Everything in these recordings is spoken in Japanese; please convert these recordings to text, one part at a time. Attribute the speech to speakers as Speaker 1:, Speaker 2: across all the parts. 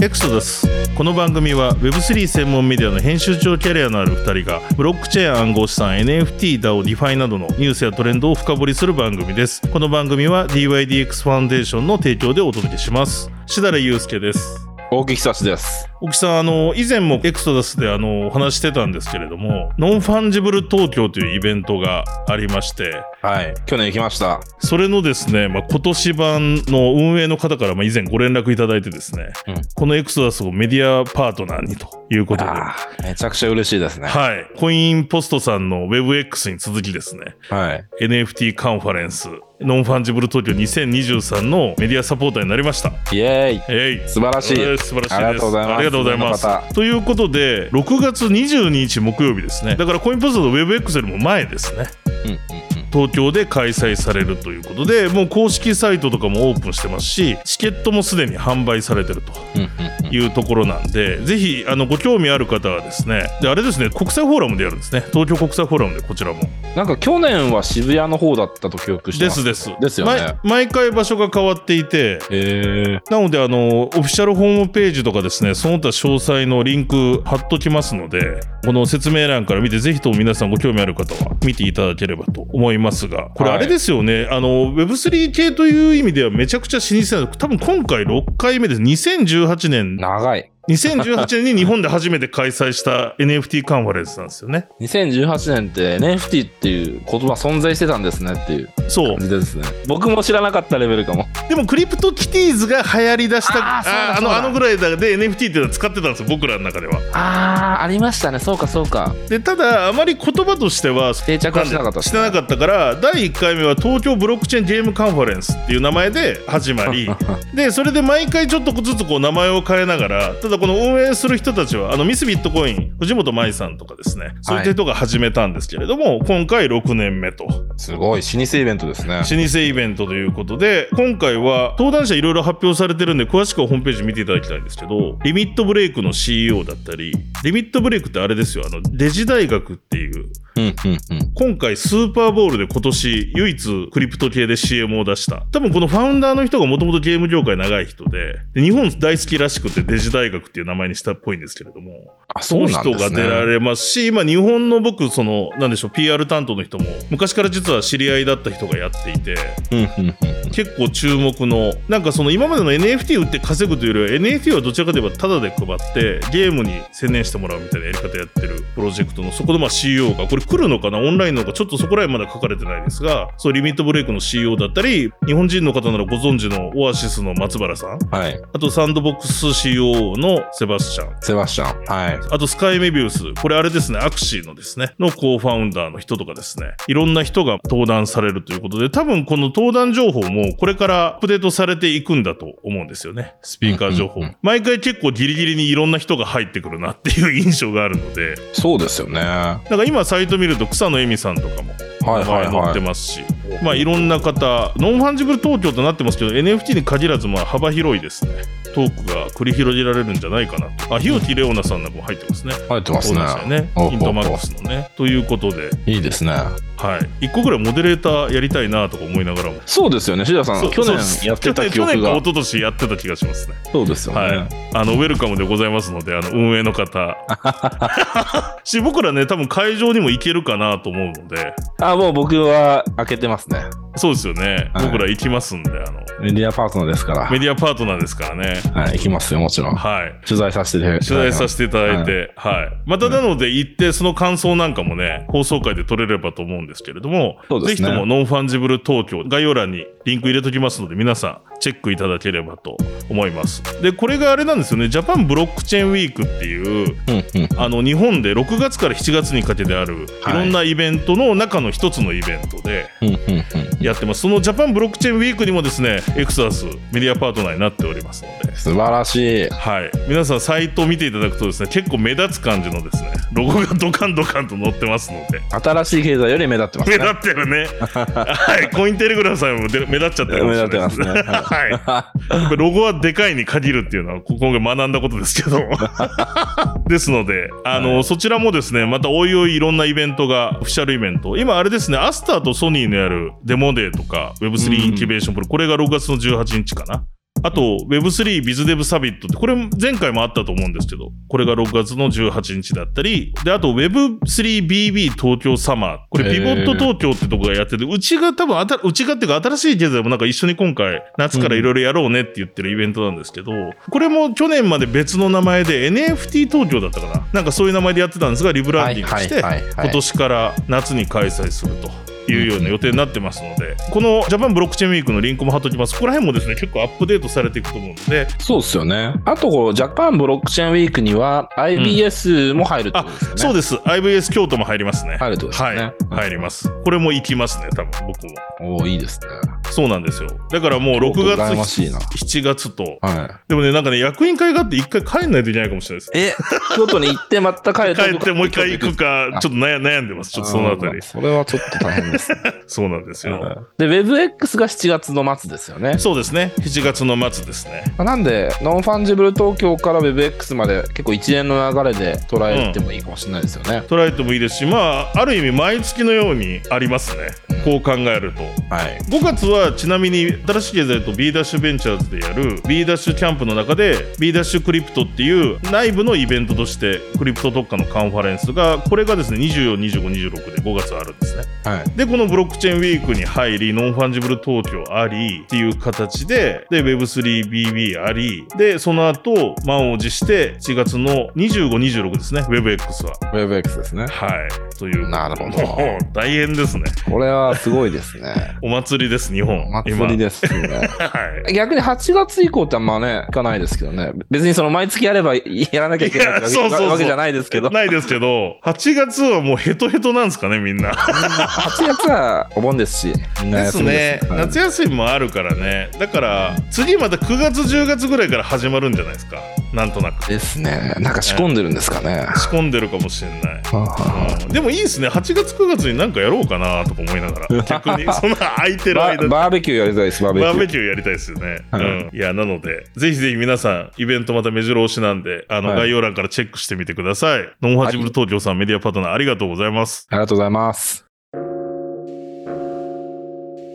Speaker 1: エクソですこの番組は Web3 専門メディアの編集長キャリアのある2人がブロックチェーン暗号資産 NFT、DAO、DeFi などのニュースやトレンドを深掘りする番組ですこの番組は DYDX ファンデーションの提供でお届けしますしだれゆうすけです
Speaker 2: 大木久志です。
Speaker 1: 沖さん、あの、以前もエクソダスであの、お話ししてたんですけれども、ノンファンジブル東京というイベントがありまして、
Speaker 2: はい。去年行きました。
Speaker 1: それのですね、まあ、今年版の運営の方から、まあ、以前ご連絡いただいてですね、
Speaker 2: うん
Speaker 1: このエクソダスをメディアパートナーにということで、
Speaker 2: ああ、めちゃくちゃ嬉しいですね。
Speaker 1: はい、コインポストさんの WebX に続きですね、
Speaker 2: はい。
Speaker 1: NFT カンファレンス、ノンファンジブル東京2023のメディアサポーターになりました。
Speaker 2: イエーイ。
Speaker 1: えい
Speaker 2: 素晴らしい。
Speaker 1: えー素晴らしいです。
Speaker 2: ありがとうございます
Speaker 1: ありがとうございます
Speaker 2: いろんな方
Speaker 1: ということで、6月22日木曜日ですね。だからコインポストの WebX よりも前ですね。
Speaker 2: うんうんうん。
Speaker 1: 東京で開催されるということで、もう公式サイトとかもオープンしてますし、チケットもすでに販売されてると。
Speaker 2: うん
Speaker 1: いうところなんで、ぜひあのご興味ある方はですね、であれですね、国際フォーラムでやるんですね、東京国際フォーラムでこちらも。
Speaker 2: うん、なんか去年は渋谷の方だったと記憶して
Speaker 1: で
Speaker 2: ますす。
Speaker 1: です。
Speaker 2: ですよね
Speaker 1: 毎毎回場所が変わっていて、
Speaker 2: え
Speaker 1: なので、あの、オフィシャルホームページとかですね、その他詳細のリンク貼っときますので、この説明欄から見て、ぜひとも皆さんご興味ある方は見ていただければと思いますが、これ
Speaker 2: は
Speaker 1: あ
Speaker 2: い
Speaker 1: れですよね、あの、Web3 系という意味ではめちゃくちゃ老舗なんです。多分今回6回目です。2018
Speaker 2: ー、
Speaker 1: 年、
Speaker 2: 長い。
Speaker 1: 2018年に日本で初めて開催した NFT カンファレンスなんですよね。
Speaker 2: 2018年って NFT っていう言葉存在してたんですねっていう
Speaker 1: そう
Speaker 2: 感。じですね。僕も知らなかったレベルかも。
Speaker 1: でもクリプトキティーズが流行り出した、
Speaker 2: あーそうだ
Speaker 1: あーあ
Speaker 2: そう
Speaker 1: の、
Speaker 2: だ
Speaker 1: あのぐらいだで NFT っていうのは使ってたんですよ、僕らの中では。
Speaker 2: ああ、ありましたね。そうかそうか。
Speaker 1: でただあまり言葉としては
Speaker 2: 定着はしなかったです
Speaker 1: し
Speaker 2: ね
Speaker 1: てなかったから第1回目は東京ブロックチェーンゲームカンファレンスっていう名前で始ま りでそれで毎回ちょっとずつこう名前を変えながらただこの運営する人たちはあのミスビットコイン藤本舞さんとかですねそういった人が始めたんですけれども、今回6年目と
Speaker 2: すごい。老舗イベントですね。
Speaker 1: 老舗イベントということで今回は登壇者いろいろ発表されてるんで詳しくはホームページ見ていただきたいんですけどリミットブレイクの CEO だったりリミットブレイクってあれですよあのデジ大学っていう
Speaker 2: うんうんうん。
Speaker 1: 今回スーパーボールで今年唯一クリプト系で CM を出した多分このファウンダーの人がもともとゲーム業界長い人でで日本大好きらしくてデジ大学っていう名前にしたっぽいんですけれども
Speaker 2: あ、
Speaker 1: そ
Speaker 2: そう
Speaker 1: の
Speaker 2: なん
Speaker 1: 人
Speaker 2: ですね。
Speaker 1: が出られますし今日本の僕そのなんでしょう PR 担当の人も昔から実は知り合いだった人がやっていて
Speaker 2: うんうんうん。
Speaker 1: 結構注目のなんかその今までの NFT 売って稼ぐというよりは NFT はどちらかといえばタダで配ってゲームに専念してもらうみたいなやり方やってるプロジェクトのそこのまあ CEO がこれ来るのかなオンラインのかちょっとそこら辺まだ書かれてないですがそうリミットブレイクの CEO だったり日本人の方ならご存知のオアシスの松原さん
Speaker 2: はい。
Speaker 1: あとサンドボックス COO のセバスチャン
Speaker 2: セバスチャン。はい。
Speaker 1: あと、スカイメビウス。これあれですね、アクシーのですね、のコーファウンダーの人とかですね、いろんな人が登壇されるということで、多分この登壇情報もこれからアップデートされていくんだと思うんですよね。スピーカー情報。
Speaker 2: うんうんうん
Speaker 1: 毎回結構ギリギリにいろんな人が入ってくるなっていう印象があるので、
Speaker 2: そうですよね。は
Speaker 1: なんか今サイト見ると草野恵美さんとかも
Speaker 2: いはい
Speaker 1: はい載って
Speaker 2: は
Speaker 1: ますし、まあいろんな方、ノンファンジブル東京となってますけど、NFT に限らずまあ幅広いですね、トークが繰り広げられるんじゃないかなと。あ、日置レオナさんなんかも入ってますね。
Speaker 2: い。入ってます
Speaker 1: そう
Speaker 2: ね
Speaker 1: なんですよね。
Speaker 2: おうおうおう
Speaker 1: イントマックスのね。ということで、
Speaker 2: いいですね。
Speaker 1: はい。一個ぐらいモデレーターやりたいなとか思いながらも。
Speaker 2: そうですよね。シダさん、去年やってた記
Speaker 1: 去
Speaker 2: 憶
Speaker 1: 年去年か
Speaker 2: が
Speaker 1: 一。昨年やってた気がしますね。
Speaker 2: そうですよね。
Speaker 1: はい。あの、ウェルカムでございますので、あの、運営の 方。 し、僕らね、多分会場にも行けるかなと思うので、
Speaker 2: あ、もう僕は開けてますね。
Speaker 1: そうですよね。
Speaker 2: はい
Speaker 1: 僕ら行きますんで、あの、
Speaker 2: メディアパートナーですから。
Speaker 1: メディアパートナーですからね。
Speaker 2: はい、行きますよ、もちろん。
Speaker 1: はい。
Speaker 2: 取材させて
Speaker 1: 取材さ
Speaker 2: て。
Speaker 1: せていただいて、はい。またなので行って、その感想なんかもね、放送回で取れればと思うんですけれども、
Speaker 2: そうです
Speaker 1: ぜ
Speaker 2: ね
Speaker 1: ひともノンファンジブル東京、概要欄にリンク入れときますので、皆さんチェックいただければと思います。で、これがあれなんですよね、ジャパンブロックチェーンウィークっていう、
Speaker 2: うんうん。
Speaker 1: あの、日本で6月から7月にかけてある、い
Speaker 2: はい
Speaker 1: ろんなイベントの中の一つのイベントで、
Speaker 2: うんうんうん、
Speaker 1: やってます。そのジャパンブロックチェーンウィークにもですね、エクサスメディアパートナーになっておりますので、
Speaker 2: 素晴らしい。
Speaker 1: はい、皆さんサイトを見ていただくとですね結構目立つ感じのですねロゴがドカンドカンと載ってますの で
Speaker 2: 新しい経済より目立ってます
Speaker 1: 目
Speaker 2: ね。
Speaker 1: 立ってるねはいコインテレグラフさんもで目立っちゃってるかもしれない
Speaker 2: 目立ってますね。は
Speaker 1: はい。やっぱロゴはでかいに限るっていうのは、こ今回学んだことですけど。 ですので、あの、そちらもですね、またおいおいいろんなイベントが、オフィシャルイベント。今、あれですね、アスターとソニーのやるデモデーとか、Web3 インキュベーションプロ、これが6月の18日かな。あと、Web3 ビズデブサミットって、これ前回もあったと思うんですけど、これが6月の18日だったり、で、あと Web3BB 東京サマー、これ
Speaker 2: へ
Speaker 1: ピボ
Speaker 2: ー
Speaker 1: ット東京ってとこがやってて、うちが多分あた、うちがっていうか新しい経済もなんか一緒に今回、夏からいろいろやろうねって言ってるイベントなんですけど、これも去年まで別の名前で NFT 東京だったかななんかそういう名前でやってたんですが、リブランディングして、
Speaker 2: はいはいはいはい
Speaker 1: 今年から夏に開催すると。いうような予定になってますので、このジャパンブロックチェーンウィークのリンクも貼っときます。ここら辺もですね、結構アップデートされていくと思うので、
Speaker 2: そうですよね。あと、こう、ジャパンブロックチェーンウィークには IBS も入るってことですよね。
Speaker 1: そうです。IVS 京都も入りますね。
Speaker 2: 入るってことです
Speaker 1: は
Speaker 2: よ
Speaker 1: い、
Speaker 2: ね。
Speaker 1: 入ります。これも行きますね、多分僕も。
Speaker 2: おおいいですね。
Speaker 1: そうなんですよ。だからもう6
Speaker 2: ちょっと羨ま
Speaker 1: 月、
Speaker 2: しいな
Speaker 1: 7月と。
Speaker 2: は
Speaker 1: でもね、なんかね、役員会があって一回帰んないといけないかもしれないです。
Speaker 2: い。え、京都に行ってまた帰る
Speaker 1: 帰ってもう一回行くか、ちょっと悩悩んでます。ちょっとそのあたり
Speaker 2: ー。それはちょっと大変ですね。
Speaker 1: そうなんですよ。
Speaker 2: で、WebX が7月の末ですよね。
Speaker 1: そうですね。7月の末ですね。
Speaker 2: まあなんで、ノンファンジブル東京から WebX まで結構一連の流れで捉えてもいいかもしれないですよね。
Speaker 1: 捉えてもいいですし、まあ、ある意味毎月のようにありますね。こう考えると。
Speaker 2: はい。
Speaker 1: 5月はちなみに新しい経済と B ダッシュベンチャーズでやる B ダッシュキャンプの中で B ダッシュクリプトっていう内部のイベントとしてクリプト特化のカンファレンスがこれがですね24、25、26で5月あるんですね。
Speaker 2: はい。
Speaker 1: で、このブロックチェーンウィークに入り、ノンファンジブル東京ありっていう形で、で、Web3BB あり、で、その後、満を持して7月の25、26ですね、WebX は。
Speaker 2: WebX ですね。
Speaker 1: はい。という。
Speaker 2: なるほど
Speaker 1: もう大変ですね。
Speaker 2: これはすごいですね。
Speaker 1: お祭りです、日本。
Speaker 2: お祭りですね。
Speaker 1: 今。はい。
Speaker 2: 逆に8月以降ってあんまね、いかないですけどね。別にその毎月やればやらなきゃいけないわけ
Speaker 1: いや そうそうそう
Speaker 2: わけじゃないですけど、8
Speaker 1: ないですけど、8月はもうヘトヘトなんですかね、みんな。
Speaker 2: 月はお盆ですし、みんな
Speaker 1: です
Speaker 2: 休み
Speaker 1: ね
Speaker 2: で。す。はい
Speaker 1: 夏休みもあるからね。だから、次また9月、10月ぐらいから始まるんじゃないですか。なんとなく。
Speaker 2: ですね。なんか仕込んでるんですかね。
Speaker 1: 仕込んでるかもしれない。
Speaker 2: はあはあ
Speaker 1: うんでもいいですね。8月、9月になんかやろうかなとか思いなが ら。逆に、そんな空いてる
Speaker 2: バ
Speaker 1: 間
Speaker 2: バーベキューやりたいです、バーベキュ
Speaker 1: バ
Speaker 2: ー。
Speaker 1: ーベキューやりたいですよね。
Speaker 2: はい
Speaker 1: うん。いや、なので、ぜひぜひ皆さん、イベントまた目白押しなんで、あの、
Speaker 2: はい
Speaker 1: 概要欄からチェックしてみてください。ノンファジブル東京さん、メディアパートナーありがとうございます。
Speaker 2: ありがとうございます。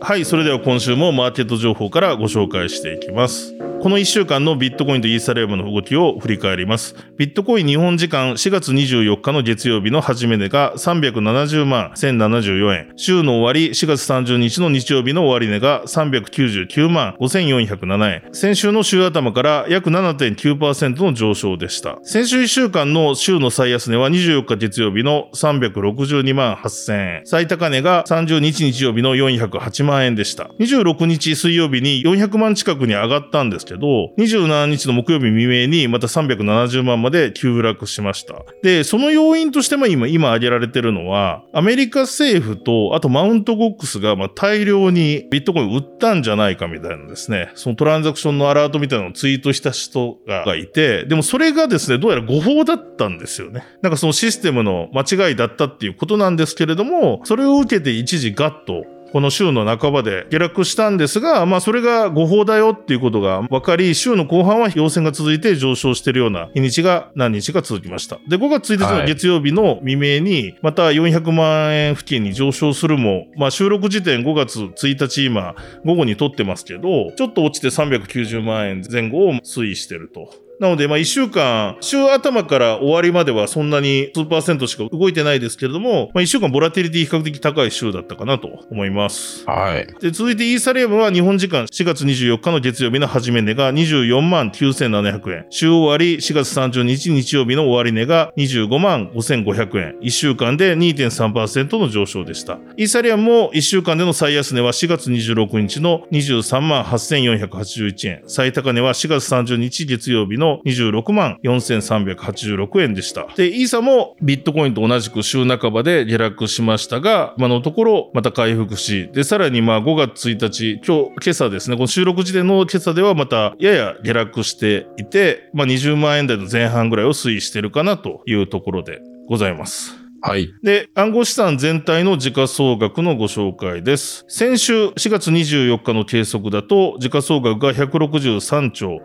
Speaker 1: はい、それでは今週もマーケット情報からご紹介していきます。この1週間のビットコインとイーサリアムの動きを振り返ります。ビットコイン日本時間4月24日の月曜日の始め値が370万1074円。週の終わり4月30日の日曜日の終値が399万5407円。先週の週頭から約7.9%の上昇でした。先週1週間の週の最安値は24日月曜日の362万8000円。最高値が30日日曜日の408万円でした。26日水曜日に400万近くに上がったんですけど、27日の木曜日未明にまた370万まで急落しました。で、その要因としてまあ今、今挙げられてるのは、アメリカ政府と、あとマウントゴックスがまあ大量にビットコイン売ったんじゃないかみたいなですね、そのトランザクションのアラートみたいなのをツイートした人ががいて、でもそれがですね、どうやら誤報だったんですよね。なんかそのシステムの間違いだったっていうことなんですけれども、それを受けて一時ガッとこの週の半ばで下落したんですが、まあそれが誤報だよっていうことが分かり、週の後半は陽線が続いて上昇してるような日にちが何日か続きました。で、5月1日の月曜日の未明に、また400万円付近に上昇するも、まあ収録時点5月1日今、午後に撮ってますけど、ちょっと落ちて390万円前後を推移してると。なので、まあ、一週間、週頭から終わりまではそんなに数パーセントしか動いてないですけれども、まあ、一週間ボラティリティ比較的高い週だったかなと思います。
Speaker 2: はい。
Speaker 1: で、続いてイーサリアムは日本時間4月24日の月曜日の始め値が24万9700円。週終わり4月30日日曜日の終値が25万5500円。1週間で2.3%の上昇でした。イーサリアムも1週間での最安値は4月26日の23万8481円。最高値は4月30日月曜日の26万4386円でした。で、イーサもビットコインと同じく週半ばで下落しましたが、今のところまた回復し、で、さらにまあ5月1日、今日、今朝ですね、この収録時点の今朝ではまたやや下落していて、まあ20万円台の前半ぐらいを推移してるかなというところでございます。
Speaker 2: はい。
Speaker 1: で、暗号資産全体の時価総額のご紹介です。先週4月24日の計測だと、時価総額が163兆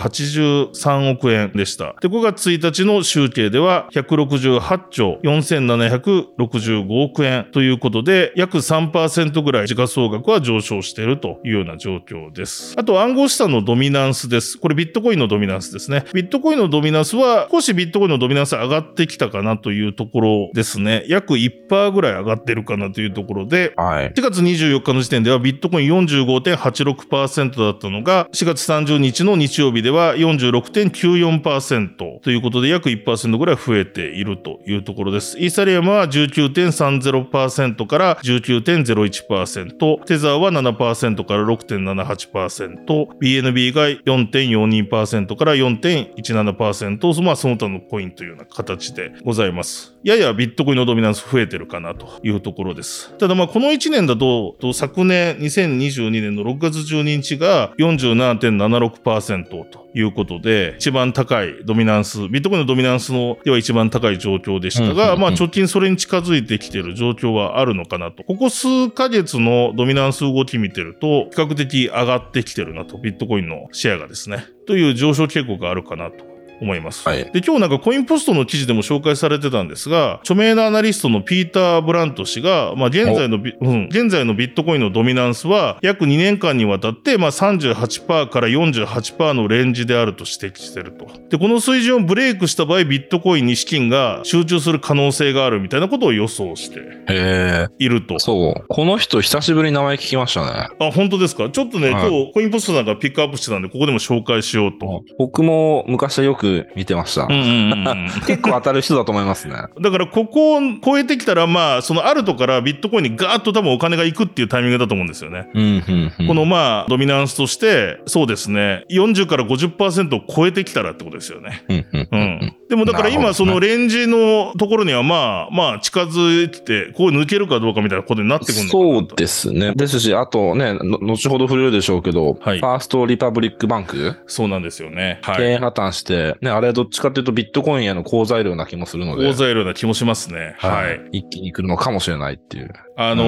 Speaker 1: 5183億円でした。で、5月1日の集計では168兆4765億円ということで、約3%ぐらい時価総額は上昇しているというような状況です。あと暗号資産のドミナンスです。これビットコインのドミナンスですね。ビットコインのドミナンスは少しビットコインのドミナンス上がってきたかなというところですね。約1%ぐらい上がってるかなというところで、
Speaker 2: はい。
Speaker 1: 4月24日の時点ではビットコイン45.86%だったのが、4月30日の日曜日では46.94%ということで約1%ぐらい増えているというところです。イーサリアムは19.30%から19.01%、テザーは7%から6.78%、BNB が4.42%から4.17%、まあその他のコインというような形でございます。ややビットコインのドミナンス増えてるかなというところです。ただまあこの1年だと、と昨年2022年の6月12日が47.76%ということで、一番高いドミナンス、ビットコインのドミナンスのでは一番高い状況でしたが、
Speaker 2: うんうんうん
Speaker 1: まあ貯金それに近づいてきてる状況はあるのかなと。ここ数ヶ月のドミナンス動き見てると、比較的上がってきてるなと、ビットコインのシェアがですね、という上昇傾向があるかなと思います。
Speaker 2: はい。
Speaker 1: で、今日なんかコインポストの記事でも紹介されてたんですが、著名なアナリストのピーター・ブラント氏が、まあ現在のビ、うん、現在のビットコインのドミナンスは約2年間にわたって、まあ38%から48%のレンジであると指摘してると。で、この水準をブレイクした場合、ビットコインに資金が集中する可能性があるみたいなことを予想して
Speaker 2: へえ。
Speaker 1: いると。
Speaker 2: そう。この人、久しぶりに名前聞きましたね。
Speaker 1: あ、本当ですかちょっとね、
Speaker 2: はい
Speaker 1: 今日コインポストさんがピックアップしてたんで、ここでも紹介しようと。
Speaker 2: 僕も昔はよく見てました
Speaker 1: うん。うんうんうん。
Speaker 2: 結構当たる人だと思いますね。
Speaker 1: だからここを超えてきたら、まあ、そのアルトからビットコインにガーッと多分お金が行くっていうタイミングだと思うんですよね。
Speaker 2: うん、うん、うん。
Speaker 1: このまあ、ドミナンスとして、そうですね、40から50%を超えてきたらってことですよね。
Speaker 2: うん、うん、
Speaker 1: う
Speaker 2: うん
Speaker 1: ん。でもだから
Speaker 2: な
Speaker 1: 今、
Speaker 2: るほど
Speaker 1: そのレンジのところにはまあ、まあ、近づいてて、こう抜けるかどうかみたいなことになってくるのかな
Speaker 2: そう
Speaker 1: と。
Speaker 2: ですね。ですし、あとね、の後ほど触れるでしょうけど、
Speaker 1: はい
Speaker 2: ファーストリパブリックバンク、
Speaker 1: そうなんですよね。は
Speaker 2: 経
Speaker 1: い。
Speaker 2: 営破綻して、ね、あれどっちかというとビットコインへの好材料な気もするので、
Speaker 1: 大材料な気もしますね。はい。
Speaker 2: 一気に来るのかもしれないっていう。
Speaker 1: あの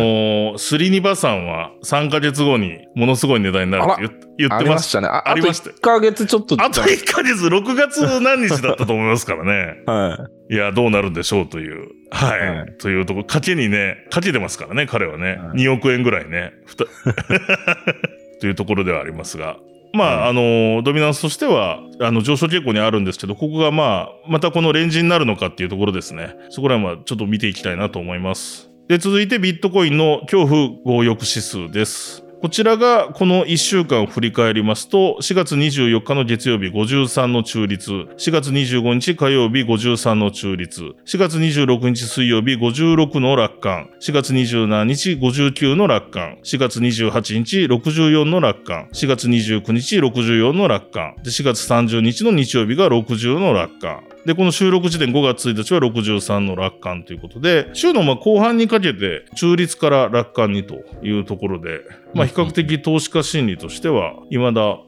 Speaker 1: ースリニバさんは3ヶ月後にものすごい値段になるって言っ言
Speaker 2: あ
Speaker 1: って
Speaker 2: り
Speaker 1: ま
Speaker 2: ま
Speaker 1: し
Speaker 2: したね。あ
Speaker 1: あ
Speaker 2: あ
Speaker 1: り
Speaker 2: と
Speaker 1: ました
Speaker 2: 1ヶ月ちょっと。
Speaker 1: あと1ヶ月、6月何日だったと思いますからね。
Speaker 2: はい
Speaker 1: や、どうなるんでしょうという。はい。
Speaker 2: は
Speaker 1: というところ、賭けにね、賭けてますからね、彼はね。
Speaker 2: はい
Speaker 1: 2億円ぐらいね。ふた というところではありますが。まあ、あの、ドミナンスとしては、あの、上昇傾向にあるんですけど、ここがまあ、またこのレンジになるのかっていうところですね。そこら辺はちょっと見ていきたいなと思います。で、続いてビットコインの恐怖強欲指数です。こちらがこの1週間を振り返りますと、4月24日の月曜日53の中立、4月25日火曜日53の中立、4月26日水曜日56の楽観、4月27日59の楽観、4月28日64の楽観、4月29日64の楽観、で4月30日の日曜日が60の楽観。で、この収録時点5月1日は63の楽観ということで、週のまあ後半にかけて中立から楽観にというところで、まあ比較的投資家心理としては、未だ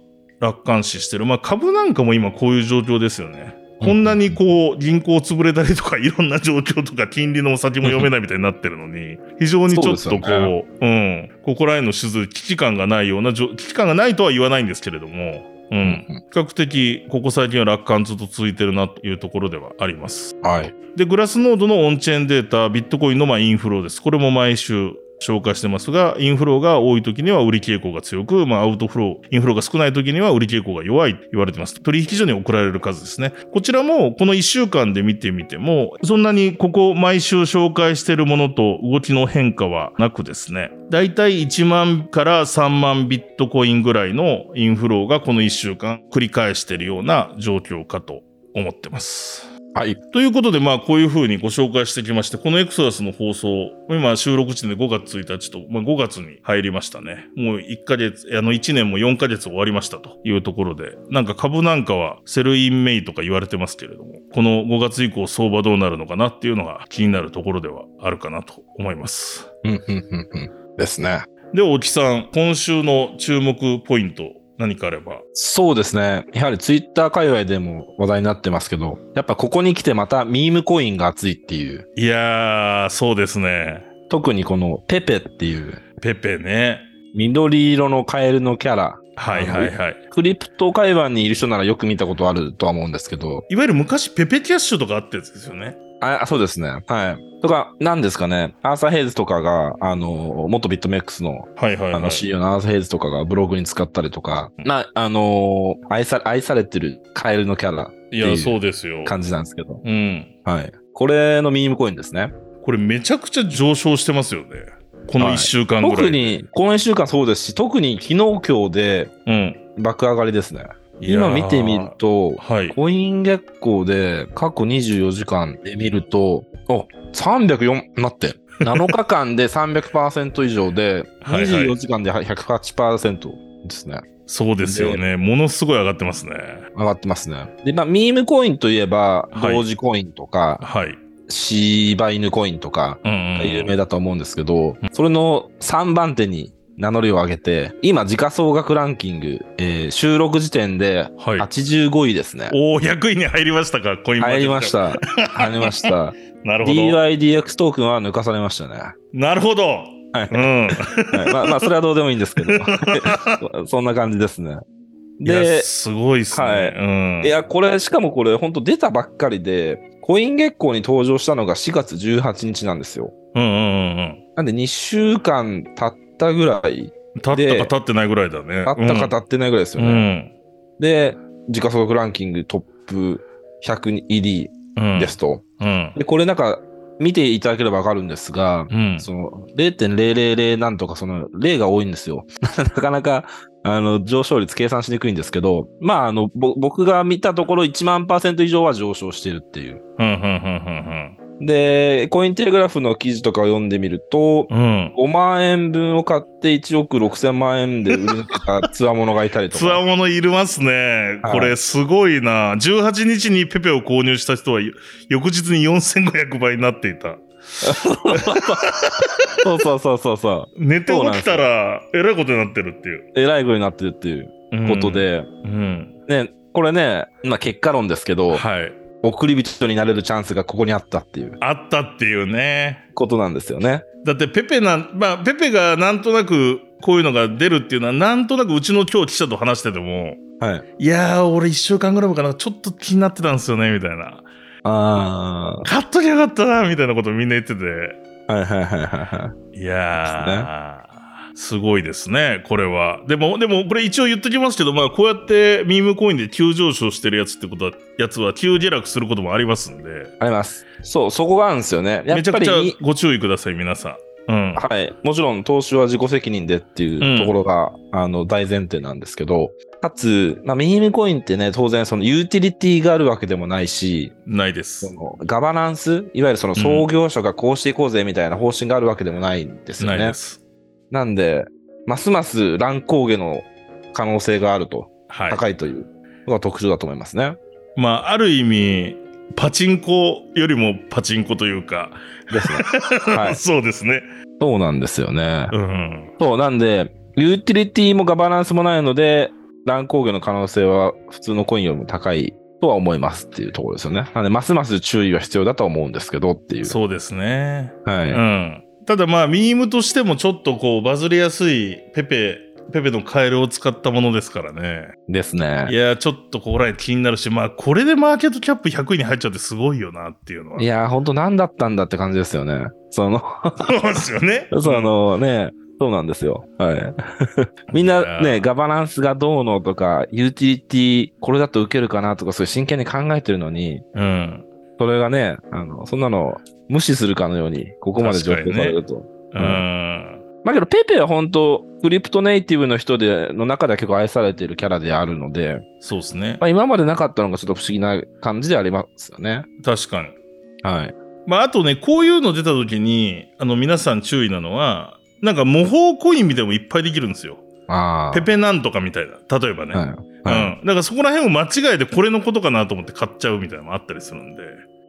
Speaker 1: 楽観視してる。まあ株なんかも今こういう状況ですよね。こんなにこう銀行潰れたりとかいろんな状況とか金利のお先も読めないみたいになってるのに、非常にちょっとこう、
Speaker 2: そう
Speaker 1: うん、ここらへんの手術、危機感がないような状、危機感がないとは言わないんですけれども、う、
Speaker 2: うんん
Speaker 1: 比較的ここ最近は楽観ずっと続いてるなというところではあります。
Speaker 2: はい。
Speaker 1: で、グラスノードのオンチェーンデータ、ビットコインのまあインフローです。これも毎週紹介してますが、インフローが多い時には売り傾向が強く、まあアウトフロー、インフローが少ない時には売り傾向が弱いと言われてます。取引所に送られる数ですね。こちらもこの1週間で見てみても、そんなにここ毎週紹介しているものと動きの変化はなくですね、だいたい1万から3万ビットコインぐらいのインフローがこの1週間繰り返しているような状況かと思ってます。
Speaker 2: はい。
Speaker 1: ということで、まあ、こういうふうにご紹介してきまして、このエクソダスの放送、今、収録時点で5月1日と、まあ、5月に入りましたね。もう1ヶ月、あの、1年も4ヶ月終わりましたというところで、なんか株なんかはセルインメイとか言われてますけれども、この5月以降相場どうなるのかなっていうのが気になるところではあるかなと思います。
Speaker 2: うん、うん、うん、うん。ですね。
Speaker 1: で、大木さん、今週の注目ポイント、何かあれば。
Speaker 2: そうですね。やはりツイッター界隈でも話題になってますけど、やっぱここに来てまたミームコインが熱いっていう。
Speaker 1: いやー、そうですね。
Speaker 2: 特にこのペペっていう
Speaker 1: ペペね。
Speaker 2: 緑色のカエルのキャラ。
Speaker 1: はいはいはい。
Speaker 2: クリプト界隈にいる人ならよく見たことあるとは思うんですけど。
Speaker 1: いわゆる昔ペペキャッシュとかあったやつですよね。
Speaker 2: あ、そうですね。はい。とか、なんですかね。アーサー・ヘイズとかが、あの、元ビットメックスの
Speaker 1: はいはい
Speaker 2: あ
Speaker 1: は
Speaker 2: の
Speaker 1: い。
Speaker 2: CEO のアーサー・ヘイズとかがブログに使ったりとか、
Speaker 1: うん
Speaker 2: まあ、あのー愛さ、愛されてるカエルのキャラ、
Speaker 1: い
Speaker 2: ってい
Speaker 1: や、
Speaker 2: う
Speaker 1: そうですよ。
Speaker 2: 感じなんですけど、
Speaker 1: うん。
Speaker 2: はい。これのミームコインですね。
Speaker 1: これめちゃくちゃ上昇してますよね。この
Speaker 2: はい
Speaker 1: 1週間ぐらい。
Speaker 2: 特。に、この1週間そうですし、特に昨日今日で
Speaker 1: うん。
Speaker 2: 爆上がりですね。
Speaker 1: いや
Speaker 2: 今
Speaker 1: ー
Speaker 2: 見てみる。と、
Speaker 1: はい。
Speaker 2: コイン月光で過去24時間で見ると、お、304、待って。7日間で300%以上で、
Speaker 1: はいはい
Speaker 2: 24時間で108%ですね。
Speaker 1: そうですよね。ものすごい上がってますね。
Speaker 2: 上がってますね。で、まあ、ミームコインといえば、
Speaker 1: はい
Speaker 2: 同時コインとか、
Speaker 1: はい。
Speaker 2: シーバ犬コインとか、
Speaker 1: うん、うん。
Speaker 2: 有名だと思うんですけど、それの3番手に名乗りを上げて、今、時価総額ランキング、えー収録時点で
Speaker 1: はい。
Speaker 2: 85位ですね。
Speaker 1: おお、100位に入りましたか、コインマーケッ
Speaker 2: 入り
Speaker 1: ト
Speaker 2: まし。た。入りました。
Speaker 1: なるほど。
Speaker 2: DYDX トークンは抜かされましたね。
Speaker 1: なるほど。
Speaker 2: はい
Speaker 1: うん。
Speaker 2: はいまあ、まあ、それはどうでもいいんです けど、そんな感じですね。
Speaker 1: いや、
Speaker 2: で、
Speaker 1: すごいっすね。
Speaker 2: はい
Speaker 1: うん。
Speaker 2: いや、これ、しかもこれ、本当出たばっかりで、コイン月光に登場したのが4月18日なんですよ。
Speaker 1: うんうんうん
Speaker 2: なんで2週間経ったぐらい、
Speaker 1: うん。立ったか
Speaker 2: で
Speaker 1: 立ってないぐらいだね。
Speaker 2: 経ったか経ってないぐらいです
Speaker 1: う
Speaker 2: よ
Speaker 1: ん
Speaker 2: ね。で、時価総額ランキングトップ100入
Speaker 1: うん。うん。
Speaker 2: りですと。
Speaker 1: うん。
Speaker 2: で、これなんか、見ていただければわかるんですが、
Speaker 1: うん。
Speaker 2: その0.000なんとかその0が多いんですよ。 なかなかあの上昇率計算しにくいんですけど、まああのぼ僕が見たところ1万パーセント以上は上昇してるっていう。
Speaker 1: うん。うん。うん。
Speaker 2: で、コインテレグラフの記事とかを読んでみると、
Speaker 1: うん。うん。
Speaker 2: 5万円分を買って1億6千万円で売り抜けたつわものがいたりと
Speaker 1: つわ
Speaker 2: か。
Speaker 1: ものいるますね。
Speaker 2: はい
Speaker 1: これすごいな。18日にペペを購入した人は翌日に4500倍になっていた。
Speaker 2: そうそうそうそうそ
Speaker 1: 寝て起きたらえらいことになってるっていう
Speaker 2: う。えらいことになってるっていう
Speaker 1: うん
Speaker 2: こと。で、
Speaker 1: うん。
Speaker 2: ね、これね、まあ結果論ですけど、
Speaker 1: はい。
Speaker 2: 送り人になれるチャンスがここにあったっていう
Speaker 1: あったっていうね。
Speaker 2: ことなんですよね。
Speaker 1: だってペペなん、まあ、ペペがなんとなくこういうのが出るっていうのはなんとなくうちの今日記者と話してても
Speaker 2: はい。
Speaker 1: いやー俺1週間ぐらい前かなちょっと気になってたんですよねみたいな
Speaker 2: あ
Speaker 1: 買っときゃよかったなみたいなことみんな言ってて
Speaker 2: あ、はいはいはいはいはい。
Speaker 1: いやー、すごいですねこれはでもでもこれ一応言っときますけど、まあ、こうやってミームコインで急上昇してるやつってことはやつは急下落することもありますんで
Speaker 2: あります。そう、そこがあるんですよね。や
Speaker 1: め
Speaker 2: っ
Speaker 1: ちゃ
Speaker 2: ぱ
Speaker 1: く
Speaker 2: り
Speaker 1: ちゃ、ご注意ください皆さんうん
Speaker 2: はい。もちろん投資は自己責任でっていうところが、あの、大前提なんですけど、かつ、まあ、ミームコインってね、当然そのユーティリティがあるわけでもないし、
Speaker 1: ないで
Speaker 2: そ
Speaker 1: す
Speaker 2: のガバナンス、いわゆるその創業者がこうしていこうぜみたいな方針があるわけでもないんですよ
Speaker 1: ない
Speaker 2: ね。
Speaker 1: です
Speaker 2: なんで、ますます乱高下の可能性があると、
Speaker 1: はい
Speaker 2: 高いというのが特徴だと思いますね。
Speaker 1: まあ、ある意味、パチンコよりもパチンコというか、。
Speaker 2: です ね。は い
Speaker 1: そうですね。
Speaker 2: そうなんですよね。
Speaker 1: うん。
Speaker 2: そう、なんで、ユーティリティもガバナンスもないので、乱高下の可能性は普通のコインよりも高いとは思いますっていうところですよね。なんで、ますます注意は必要だと思うんですけどっていう。
Speaker 1: そうですね。
Speaker 2: はい。
Speaker 1: うん。ただまあ、ミームとしてもちょっとこう、バズりやすいペペ、ペペのカエルを使ったものですからね。
Speaker 2: ですね
Speaker 1: い。やー、ちょっとここら辺気になるし、まあ、これでマーケットキャップ100位に入っちゃってすごいよなっていうのは。
Speaker 2: いやー、ほんと何だったんだって感じですよね。その、
Speaker 1: そうですよね。
Speaker 2: そのね、そうなんですよ。はい。 みんなね、ガバナンスがどうのとか、ユーティリティ、これだと受けるかなとか、そういう真剣に考えてるのに、
Speaker 1: うん。
Speaker 2: それがね、あの、そんなの無視するかのように、ここまで上
Speaker 1: 確か
Speaker 2: 昇
Speaker 1: に
Speaker 2: さ
Speaker 1: ね
Speaker 2: れると。
Speaker 1: うん。
Speaker 2: まあけど、ペペは本当クリプトネイティブの人で、の中では結構愛されているキャラであるので、
Speaker 1: そうですね
Speaker 2: ま。あ今までなかったのがちょっと不思議な感じでありますよね。
Speaker 1: 確かに。
Speaker 2: はい。
Speaker 1: まあ、あとね、こういうの出た時に、あの、皆さん注意なのは、なんか模倣コインみたいなのもいっぱいできるんですよ。
Speaker 2: ああ。
Speaker 1: ペペなんとかみたいな。例えばね。
Speaker 2: はい。はい。
Speaker 1: うん。だからそこら辺を間違えてこれのことかなと思って買っちゃうみたいなのもあったりするんで。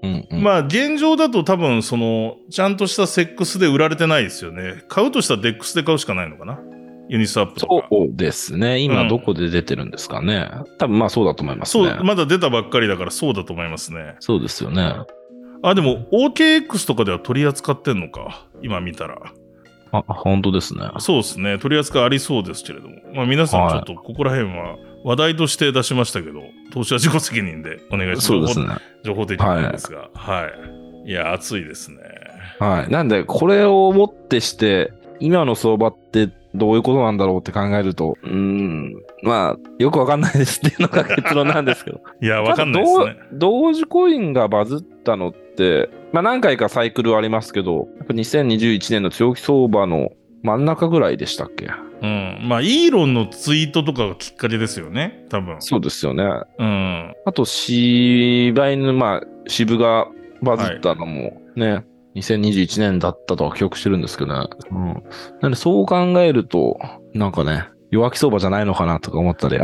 Speaker 2: うんうん。
Speaker 1: まあ、現状だと多分、その、ちゃんとしたセックスで売られてないですよね。買うとしたらデックスで買うしかないのかな。ユニスワップとか。
Speaker 2: そうですね。
Speaker 1: う
Speaker 2: 今
Speaker 1: ん
Speaker 2: どこで出てるんですかね。多分まあそうだと思います
Speaker 1: そう,、
Speaker 2: ね。そう,、
Speaker 1: まだ出たばっかりだからそうだと思いますね。
Speaker 2: ですよね。
Speaker 1: あ、でも OKX とかでは取り扱ってんのか。今見たら。
Speaker 2: あ、本当ですね。
Speaker 1: そうですね。取り扱いありそうですけれども。まあ皆さん
Speaker 2: は
Speaker 1: ちょ
Speaker 2: い
Speaker 1: っとここら辺は話題として出しましたけど、投資は自己責任でお願いします。
Speaker 2: そうですね。
Speaker 1: 情報的なんですが。はい。い、や、熱いですね。
Speaker 2: はい。なんで、これをもってして、今の相場ってどういうことなんだろうって考えると、うーん、まあ、よくわかんないですっていうのが結論なんですけど。
Speaker 1: いや、わかんないですね。
Speaker 2: ただ同同時コインがバズったのって、まあ何回かサイクルはありますけど、やっぱ2021年の長期相場の真ん中ぐらいでしたっけ
Speaker 1: うん。まあ、イーロンのツイートとかがきっかけですよね。多分。
Speaker 2: そうですよね。
Speaker 1: うん。
Speaker 2: あと、芝居の、まあ、渋がバズったのもね、2021年だったとは記憶してるんですけどね。うん。なんで、そう考えると、なんかね、弱気相場じゃないのかなとか思ったり、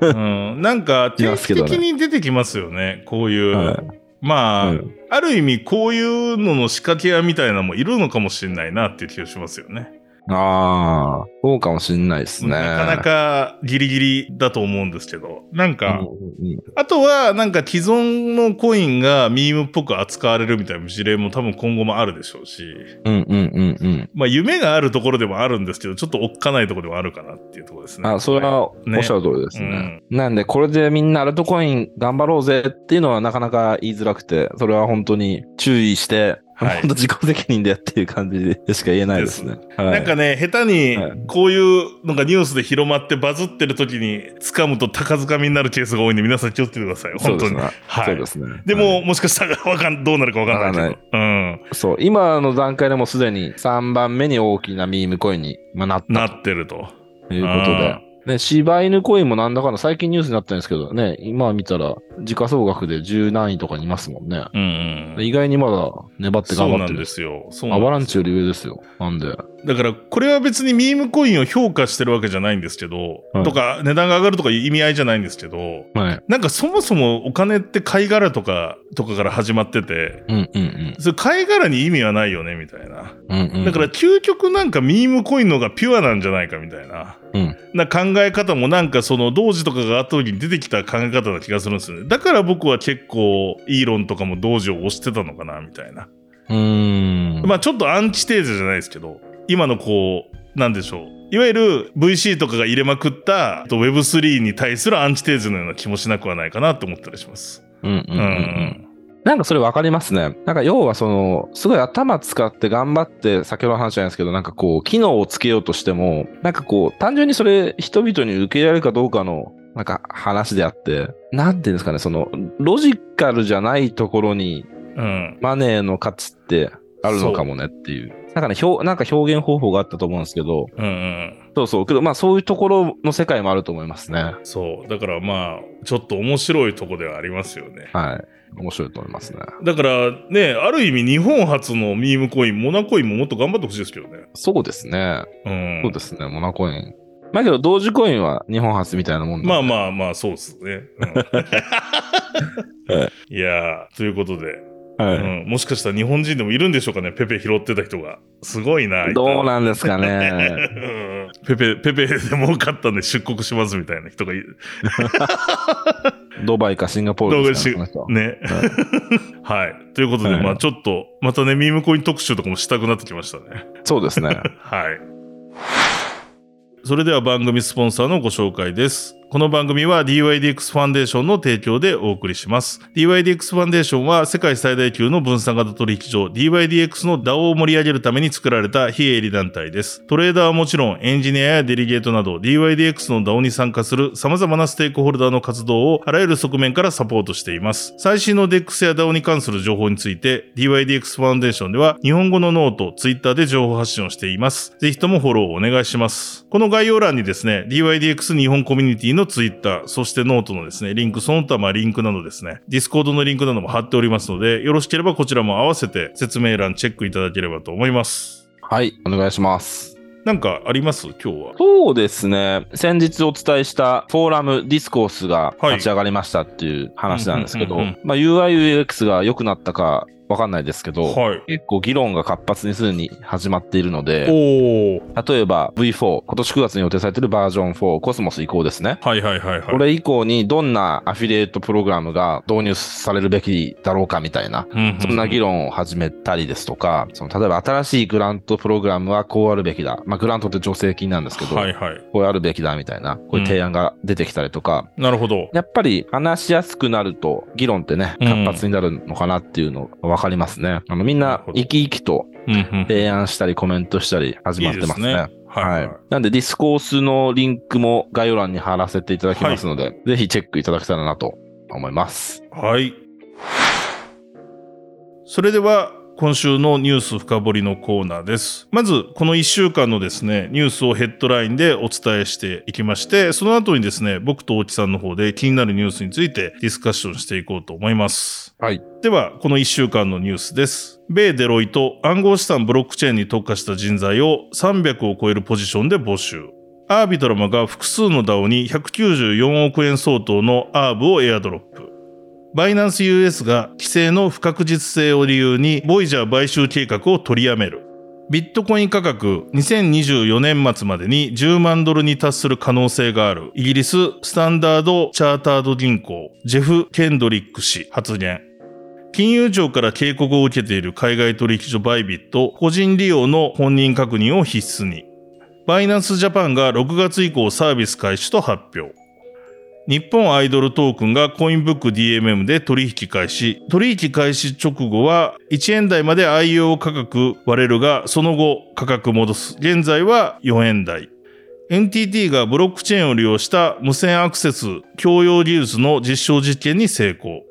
Speaker 1: うんなんか
Speaker 2: い
Speaker 1: 定
Speaker 2: ます
Speaker 1: 期
Speaker 2: けどね
Speaker 1: 的に出てきますよね、こういう。
Speaker 2: はい
Speaker 1: まあ、
Speaker 2: うん
Speaker 1: ある意味こういうのの仕掛け屋みたいなのもいるのかもしれないなっていう気がしますよね。
Speaker 2: ああ、そうかもしんないですね。
Speaker 1: なかなかギリギリだと思うんですけど。なんか、
Speaker 2: うんうんうん
Speaker 1: あとはなんか既存のコインがミームっぽく扱われるみたいな事例も多分今後もあるでしょうし、
Speaker 2: うんうんうんうん。
Speaker 1: まあ夢があるところではあるんですけど、ちょっとおっかないところではあるかなっていうところですね。
Speaker 2: あ、それはお
Speaker 1: ね
Speaker 2: っしゃる通りですね。
Speaker 1: うん
Speaker 2: なんで、これでみんなアルトコイン頑張ろうぜっていうのはなかなか言いづらくて、それは本当に注意して、
Speaker 1: はい
Speaker 2: 本当自己責任でっていう感じでしか言えないですね。はい
Speaker 1: なんかね、下手に
Speaker 2: はい
Speaker 1: こういうのがニュースで広まってバズってる時に掴むと高づかみになるケースが多いんで皆さん気をつけてください。
Speaker 2: そ
Speaker 1: 本
Speaker 2: うで
Speaker 1: 当
Speaker 2: す
Speaker 1: に。
Speaker 2: ね。
Speaker 1: はい
Speaker 2: そうですね。
Speaker 1: で
Speaker 2: は
Speaker 1: も、
Speaker 2: い
Speaker 1: もしかしたらわかんどうなるかわかんないけど。うん。
Speaker 2: そう、今の段階でもうすでに3番目に大きなミームコインにまあなった
Speaker 1: なってると。
Speaker 2: ということで。ね、柴犬コインもなんだかんだ最近ニュースになったんですけどね、今見たら時価総額で10何位とかにいますもんね。
Speaker 1: うんうん。
Speaker 2: 意外にまだ粘って
Speaker 1: そ
Speaker 2: 頑
Speaker 1: う
Speaker 2: 張
Speaker 1: な
Speaker 2: って
Speaker 1: んで
Speaker 2: る。
Speaker 1: すよ。そうな
Speaker 2: ア
Speaker 1: ん
Speaker 2: バランチより上ですよ。なんで。
Speaker 1: だから、これは別にミームコインを評価してるわけじゃないんですけど、
Speaker 2: はい
Speaker 1: とか、値段が上がるとかいう意味合いじゃないんですけど、
Speaker 2: はい。
Speaker 1: なんかそもそもお金って貝殻とか、とかから始まってて、
Speaker 2: うんうんうん。
Speaker 1: それ貝殻に意味はないよね、みたいな。
Speaker 2: うんうんうん
Speaker 1: だから、究極なんかミームコインの方がピュアなんじゃないかみたいな。
Speaker 2: うん
Speaker 1: な考え方もなんかその同時とかがあった時に出てきた考え方な気がするんですよね。だから僕は結構イーロンとかも同時を推してたのかなみたいな。
Speaker 2: うーん。
Speaker 1: まあちょっとアンチテーゼじゃないですけど、今のこう、なんでしょう。いわゆる VC とかが入れまくったえっと Web3 に対するアンチテーゼのような気もしなくはないかなと思ったりします。
Speaker 2: うんうんう
Speaker 1: うんん。
Speaker 2: うん。なんかそれわかりますね。なんか要はその、すごい頭使って頑張って、先ほどの話じゃないですけど、なんかこう、機能をつけようとしても、なんかこう、単純にそれ人々に受け入れられるかどうかの、なんか話であって、なんていうんですかね、その、ロジカルじゃないところに
Speaker 1: うん。
Speaker 2: マネーの価値ってあるのかもねっていう。なんかね、表なんか表現方法があったと思うんですけど、
Speaker 1: うんうん。
Speaker 2: そうそう、けどまあそういうところの世界もあると思いますね。
Speaker 1: そう。だからまあ、ちょっと面白いとこではありますよね。
Speaker 2: はい。面白いと思いますね。
Speaker 1: だからね、ある意味日本初のミームコイン、モナコインももっと頑張ってほしいですけどね。
Speaker 2: そうですね。
Speaker 1: うん。
Speaker 2: そうですね。モナコイン。まあけど、同時コインは日本初みたいなもん
Speaker 1: まあ
Speaker 2: あ。
Speaker 1: まあまあ、そうですね。うん
Speaker 2: はい
Speaker 1: やー、ということで、
Speaker 2: は
Speaker 1: う
Speaker 2: い
Speaker 1: ん、もしかしたら日本人でもいるんでしょうかね、ペペ拾ってた人が。すごいな、
Speaker 2: どうなんですか
Speaker 1: う
Speaker 2: ね。
Speaker 1: んペペ、ペペで儲かったんで出国しますみたいな人がいる。
Speaker 2: ドバイかシンガポールですかね。この人
Speaker 1: ね。 はい。ということで、
Speaker 2: はい
Speaker 1: まあちょっと、またね、ミームコイン特集とかもしたくなってきましたね。
Speaker 2: そうですね。
Speaker 1: はい。それでは番組スポンサーのご紹介です。この番組は DYDX ファンデーションの提供でお送りします。DYDX ファンデーションは世界最大級の分散型取引所 DYDX の DAO を盛り上げるために作られた非営利団体です。トレーダーはもちろんエンジニアやデリゲートなど DYDX の DAO に参加する様々なステークホルダーの活動をあらゆる側面からサポートしています。最新の DEX や DAO に関する情報について DYDX ファンデーションでは日本語のノート、Twitter で情報発信をしています。ぜひともフォローをお願いします。この概要欄にですね、DYDX 日本コミュニティの Twitter、そしてノートのですね、リンク、その他まあリンクなどですね、Discord のリンクなども貼っておりますので、よろしければこちらも合わせて説明欄チェックいただければと思います。
Speaker 2: はい。お願いします。
Speaker 1: なんかあります今日は。
Speaker 2: そうですね。先日お伝えしたフォーラムディスコースが
Speaker 1: はい
Speaker 2: 立ち上がりましたっていう話なんですけど、
Speaker 1: うんうんうん
Speaker 2: まあ UI、UX が良くなったか、わかんないですけど、
Speaker 1: はい。
Speaker 2: 結構議論が活発にすでに始まっているので、
Speaker 1: おお。
Speaker 2: 例えば V4、今年9月に予定されているバージョン4、コスモス移行ですね。
Speaker 1: はいはいはいはい。
Speaker 2: これ以降にどんなアフィリエイトプログラムが導入されるべきだろうかみたいな、
Speaker 1: うんうんうん、
Speaker 2: そんな議論を始めたりですとか、その例えば新しいグラントプログラムはこうあるべきだ。まあ、グラントって助成金なんですけど、
Speaker 1: はいはい。
Speaker 2: こうあるべきだみたいな、こういう提案が出てきたりとか、
Speaker 1: なるほど。
Speaker 2: やっぱり話しやすくなると、議論ってね、
Speaker 1: うん
Speaker 2: 活発になるのかなっていうのが分かりますね。あのみん
Speaker 1: なる
Speaker 2: な
Speaker 1: ほど
Speaker 2: 生き生きと
Speaker 1: うんうん。
Speaker 2: 提案したりコメントしたり始まってますね。
Speaker 1: いいですは、
Speaker 2: はいい。なんで、ディスコースのリンクも概要欄に貼らせていただきますので、ぜひチェックいただけたらなと思います。
Speaker 1: はい。それでは今週のニュース深掘りのコーナーです。まずこの1週間のですね、ニュースをヘッドラインでお伝えしていきまして、その後にですね、僕と大木さんの方で気になるニュースについてディスカッションしていこうと思います。
Speaker 2: はい。
Speaker 1: では、この1週間のニュースです。米デロイト暗号資産ブロックチェーンに特化した人材を300を超えるポジションで募集。アービトラムが複数の DAO に194億円相当のアーブをエアドロップ。バイナンス US が規制の不確実性を理由にボイジャー買収計画を取りやめる。ビットコイン価格2024年末までに10万ドルに達する可能性があるイギリススタンダードチャータード銀行ジェフ・ケンドリック氏発言。金融庁から警告を受けている海外取引所バイビット個人利用の本人確認を必須に。バイナンスジャパンが6月以降サービス開始と発表。日本アイドルトークンがコインブック DMM で取引開始。取引開始直後は1円台まで IO 価格割れるが、その後価格戻す。現在は4円台。NTT がブロックチェーンを利用した無線アクセス共用技術の実証実験に成功。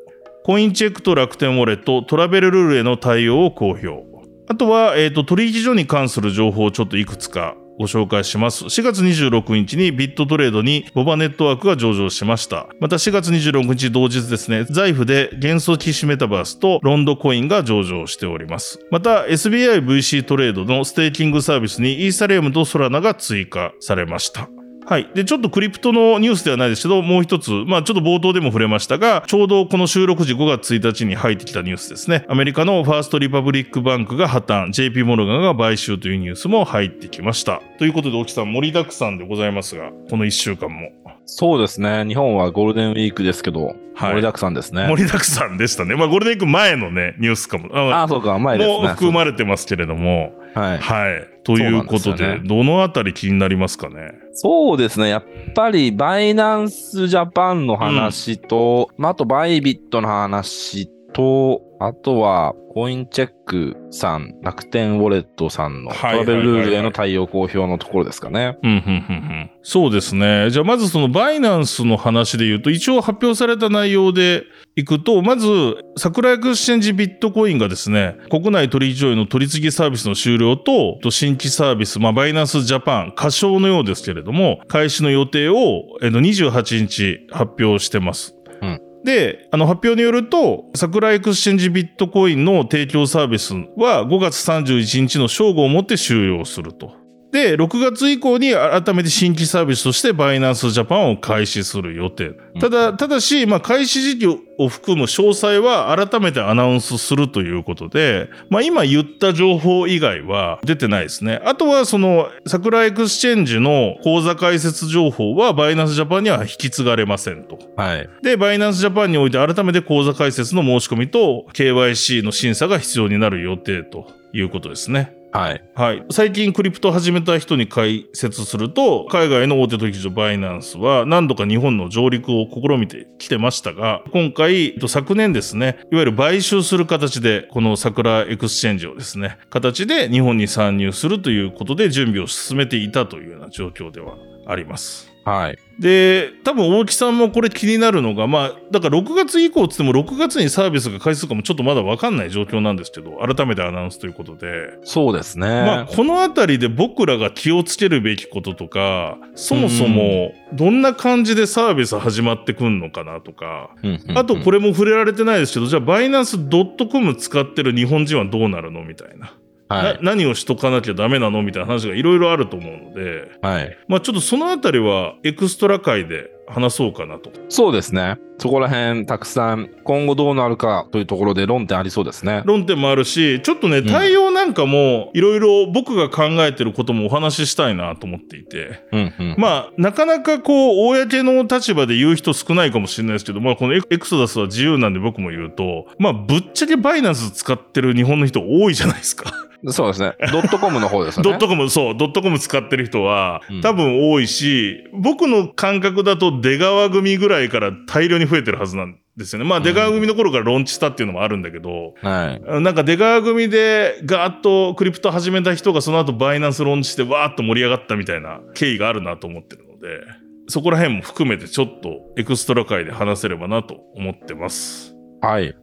Speaker 1: コインチェックと楽天ウォレット、トラベルルールへの対応を公表。あとは、えっ、と、取引所に関する情報をちょっといくつかご紹介します。4月26日にビットトレードにボバネットワークが上場しました。また4月26日同日ですね、財布で元素騎士メタバースとロンドコインが上場しております。また SBIVC トレードのステーキングサービスにイーサリアムとソラナが追加されました。はい。で、ちょっとクリプトのニュースではないですけど、もう一つ、まあちょっと冒頭でも触れましたが、ちょうどこの収録時5月1日に入ってきたニュースですね。アメリカのファーストリパブリックバンクが破綻、JP モルガンが買収というニュースも入ってきました。ということで、沖さん盛りだくさんでございますが、この1週間も。
Speaker 2: そうですね。日本はゴールデンウィークですけど、
Speaker 1: はい
Speaker 2: 盛りだくさんですね。
Speaker 1: 盛りだくさんでしたね。まあゴールデンウィーク前のね、ニュースかも。
Speaker 2: あ
Speaker 1: あ
Speaker 2: あ、そうか、前ですね。
Speaker 1: もう含まれてますけれども。
Speaker 2: はい。
Speaker 1: はい。ということ
Speaker 2: そうな
Speaker 1: で、
Speaker 2: んです
Speaker 1: どのあたり気になりますかね。
Speaker 2: そうですね。やっぱり、バイナンスジャパンの話と、まあ、あと、バイビットの話と、あとは、コインチェックさん、楽天ウォレットさんのト
Speaker 1: はいはいは
Speaker 2: ラ
Speaker 1: いはい
Speaker 2: ベルルールへの対応公表のところですかね。
Speaker 1: うんうんうんうんそうですね。じゃあ、まずそのバイナンスの話で言うと、一応発表された内容でいくと、まず、桜エクスチェンジビットコインがですね、国内取引所への取り次ぎサービスの終了と、と新規サービス、まあ、バイナンスジャパン、仮称のようですけれども、開始の予定を、えっと、28日発表してます。
Speaker 2: うん
Speaker 1: で、あの発表によると、桜エクスチェンジビットコインの提供サービスは5月31日の正午をもって終了すると。で、6月以降に改めて新規サービスとしてバイナンスジャパンを開始する予定。ただ、ただし、まあ、開始時期を含む詳細は改めてアナウンスするということで、まあ、今言った情報以外は出てないですね。あとは、その、桜エクスチェンジの口座開設情報はバイナンスジャパンには引き継がれませんと。
Speaker 2: はい。
Speaker 1: で、バイナンスジャパンにおいて改めて口座開設の申し込みと KYC の審査が必要になる予定ということですね。
Speaker 2: はい。
Speaker 1: はい。最近クリプト始めた人に解説すると、海外の大手取引所バイナンスは何度か日本の上陸を試みてきてましたが、今回、えっと昨年ですね、いわゆる買収する形で、この桜エクスチェンジをですね、形で日本に参入するということで準備を進めていたというような状況ではあります。
Speaker 2: はい。
Speaker 1: で、多分大木さんもこれ気になるのが、まあ、だから6月以降っつっても6月にサービスが開始するかもちょっとまだわかんない状況なんですけど、改めてアナウンスということで、
Speaker 2: そうですね。
Speaker 1: まあ、この辺りで僕らが気をつけるべきこととかそもそもどんな感じでサービス始まってくんのかなとか、
Speaker 2: うんうん
Speaker 1: あとこ
Speaker 2: れ。
Speaker 1: れも触れられてないですけどじゃあバイナンスドットコム使ってる日本人はどうなるのみたいな,な、
Speaker 2: はい。
Speaker 1: 何をしとかなきゃダメなのみたいな話がいろいろあると思うので、
Speaker 2: はい。
Speaker 1: まあ、ちょっとその辺りはエクストラ界で話そうかなと。
Speaker 2: そうですね。そこら辺、たくさん、今後どうなるかというところで論点ありそうですね。
Speaker 1: 論点もあるし、ちょっとね、
Speaker 2: ん
Speaker 1: 対応なんかも、いろいろ僕が考えてることもお話ししたいなと思っていて。
Speaker 2: うんうん。
Speaker 1: まあ、なかなかこう、公の立場で言う人少ないかもしれないですけど、まあ、このエクソダスは自由なんで僕も言うと、まあ、ぶっちゃけバイナンス使ってる日本の人多いじゃないですか。
Speaker 2: そうですね。ドットコムの方ですよね。
Speaker 1: ドットコム、そう、ドットコム使ってる人は
Speaker 2: うん
Speaker 1: 多分多いし、僕の感覚だと出川組ぐらいから大量に増えてるはずなんですよね。まあ出川組の頃からローンチしたっていうのもあるんだけど、
Speaker 2: はい。
Speaker 1: なんか出川組でガーッとクリプト始めた人がその後バイナンスローンチしてわーっと盛り上がったみたいな経緯があるなと思ってるので、そこら辺も含めてちょっとエクストラ界で話せればなと思ってます。
Speaker 2: はい。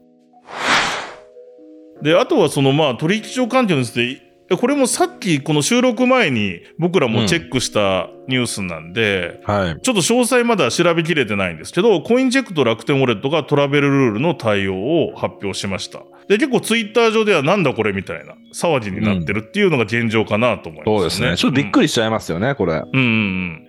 Speaker 1: で、あとはそのまあ取引所関係について、いこれもさっきこの収録前に僕らもチェックしたニュースなんで、
Speaker 2: はい。
Speaker 1: ちょっと詳細まだ調べきれてないんですけど、コインチェックと楽天ウォレットがトラベルルールの対応を発表しました。で、結構ツイッター上ではなんだこれみたいな騒ぎになってるっていうのが現状かなと思います、ね
Speaker 2: そうですね。ちょっとびっくりしちゃいますよね、こ
Speaker 1: う
Speaker 2: れ。
Speaker 1: ん、うんうんう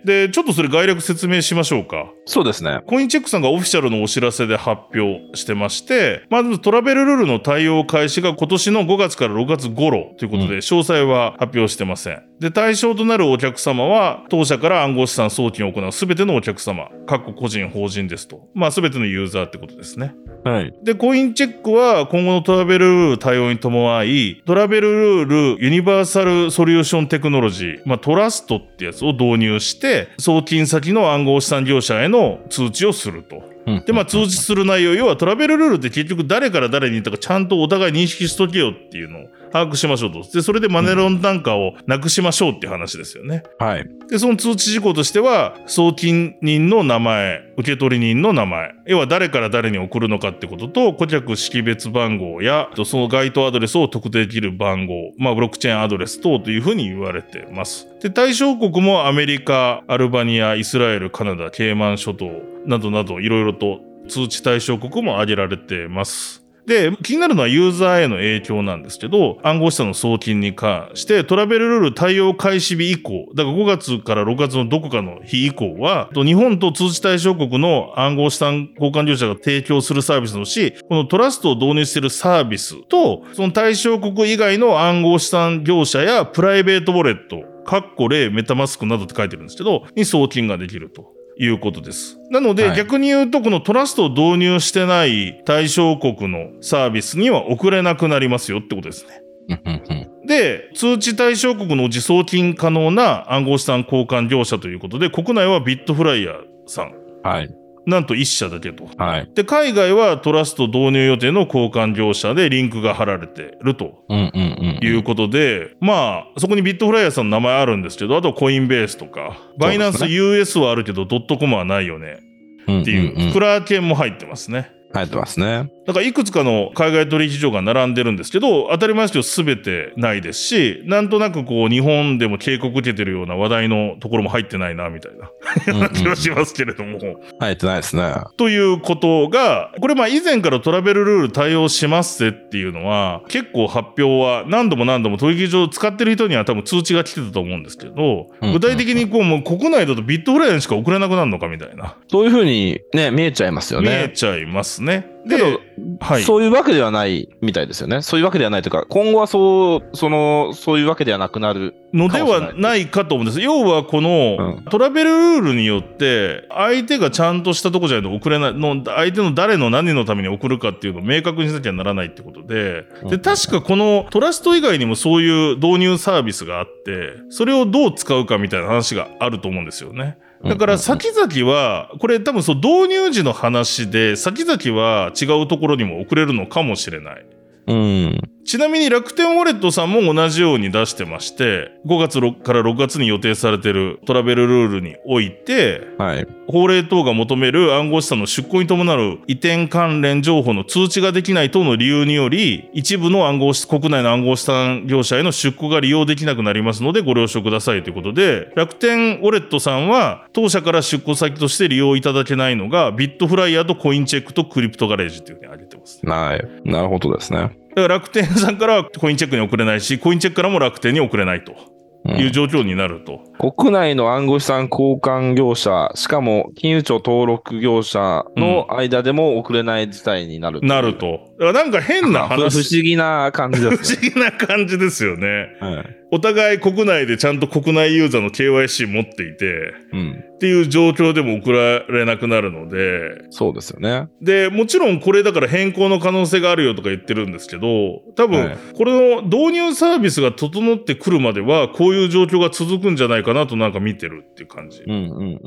Speaker 1: ん。で、ちょっとそれ概略説明しましょうか。
Speaker 2: そうですね。
Speaker 1: コインチェックさんがオフィシャルのお知らせで発表してまして、まずトラベルルールの対応開始が今年の5月から6月頃ということで、
Speaker 2: うん
Speaker 1: 詳細は発表してません。で、対象となるお客様は、当社から暗号資産送金を行うすべてのお客様、各個人、法人ですと。まあ、すべてのユーザーってことですね。
Speaker 2: はい。
Speaker 1: で、コインチェックは今後のトラベルルール対応に伴い、トラベルルールユニバーサルソリューションテクノロジー、まあトラストってやつを導入して、送金先の暗号資産業者への通知をすると。
Speaker 2: うん
Speaker 1: で、まあ通知する内容、要はトラベルルールって結局誰から誰に言ったかちゃんとお互い認識しとけよっていうのを把握しましょうと。で、それでマネロン単価をなくしましょうっていう話ですよね。
Speaker 2: はい。
Speaker 1: で、その通知事項としては、送金人の名前、受取人の名前、要は誰から誰に送るのかってことと、顧客識別番号や、とその該当アドレスを特定できる番号、まあ、ブロックチェーンアドレス等というふうに言われてます。で、対象国もアメリカ、アルバニア、イスラエル、カナダ、ケイマン諸島などなど、いろいろと通知対象国も挙げられてます。で、気になるのはユーザーへの影響なんですけど、暗号資産の送金に関して、トラベルルール対応開始日以降、だから5月から6月のどこかの日以降は、と日本と通知対象国の暗号資産交換業者が提供するサービスのうち、このトラストを導入しているサービスと、その対象国以外の暗号資産業者やプライベートウォレット、カッコ例メタマスクなどって書いてるんですけど、に送金ができると。いうことです。なので、
Speaker 2: はい
Speaker 1: 逆に言うと、このトラストを導入してない対象国のサービスには送れなくなりますよってことですね。
Speaker 2: うんうんうん
Speaker 1: で、通知対象国のうち送金可能な暗号資産交換業者ということで、国内はビットフライヤーさん、
Speaker 2: はい。
Speaker 1: なんと1社だけと。
Speaker 2: はい。
Speaker 1: で、海外はトラスト導入予定の交換業者でリンクが貼られてると
Speaker 2: うんうんうん。
Speaker 1: いうことで、まあ、そこにビットフライヤーさんの名前あるんですけど、あとはコインベースとか、バイナン
Speaker 2: そ
Speaker 1: ス
Speaker 2: うで
Speaker 1: US はあるけど、ドットコムはないよね。
Speaker 2: うん
Speaker 1: っていう、
Speaker 2: んん
Speaker 1: クラーケンも入ってますね。
Speaker 2: 入ってますね。
Speaker 1: だからいくつかの海外取引所が並んでるんですけど、当たり前ですけど全てないですし、なんとなくこう日本でも警告受けてるような話題のところも入ってないな、みたいな
Speaker 2: うんうん うん
Speaker 1: 気はしますけれども。
Speaker 2: 入ってないですね。
Speaker 1: ということが、これまあ以前からトラベルルール対応しますぜっていうのは、結構発表は何度も何度も取引所を使ってる人には多分通知が来てたと思うんですけど、
Speaker 2: うん
Speaker 1: 具体的にこうもう国内だとビットフライヤーにしか送れなくなるのかみたいな。
Speaker 2: そういうふうにね、見えちゃいますよ
Speaker 1: 見え
Speaker 2: ね。
Speaker 1: ちゃいますね。
Speaker 2: けど
Speaker 1: で、、はい。
Speaker 2: そういうわけではないみたいですよね。そういうわけではないというか、今後はそう、その、そういうわけではなくなる。
Speaker 1: のではないかと思うんです。要はこの、
Speaker 2: うん
Speaker 1: トラベルルールによって相手がちゃんとしたとこじゃないと送れないの相手の誰の何のために送るかっていうのを明確にしなきゃならないってことで
Speaker 2: うん
Speaker 1: で確かこのトラスト以外にもそういう導入サービスがあってそれをどう使うかみたいな話があると思うんですよね。だから先々は、これ多分そう導入時の話で、先々は違うところにも送れるのかもしれない。
Speaker 2: うん、うん。
Speaker 1: ちなみに楽天ウォレットさんも同じように出してまして、5月6から6月に予定されているトラベルルールにおいて、
Speaker 2: はい。
Speaker 1: 法令等が求める暗号資産の出庫に伴う移転関連情報の通知ができない等の理由により、一部の暗号資、国内の暗号資産業者への出庫が利用できなくなりますのでご了承くださいということで、楽天ウォレットさんは当社から出庫先として利用いただけないのが、ビットフライヤーとコインチェックとクリプトガレージというふうに挙げてます。
Speaker 2: ない。なるほどですね。
Speaker 1: だから楽天さんからはコインチェックに送れないし、コインチェックからも楽天に送れないと。
Speaker 2: うん
Speaker 1: いう状況になると。
Speaker 2: 国内の暗号資産交換業者、しかも金融庁登録業者の間でも送れない事態になる。
Speaker 1: なると。だからなんか変な
Speaker 2: 不
Speaker 1: 話。
Speaker 2: 思議な感じで
Speaker 1: 不
Speaker 2: す ね。
Speaker 1: 思議な感じですよね。
Speaker 2: はい
Speaker 1: お互い国内でちゃんと国内ユーザーの KYC 持っていて、
Speaker 2: うん、
Speaker 1: っていう状況でも送られなくなるので、
Speaker 2: そうですよね。
Speaker 1: で、もちろんこれだから変更の可能性があるよとか言ってるんですけど、多
Speaker 2: は
Speaker 1: 分
Speaker 2: い
Speaker 1: これの導入サービスが整ってくるまでは、こういう状況が続くんじゃないかなとなんか見てるっていう感じ。
Speaker 2: うんうんうん。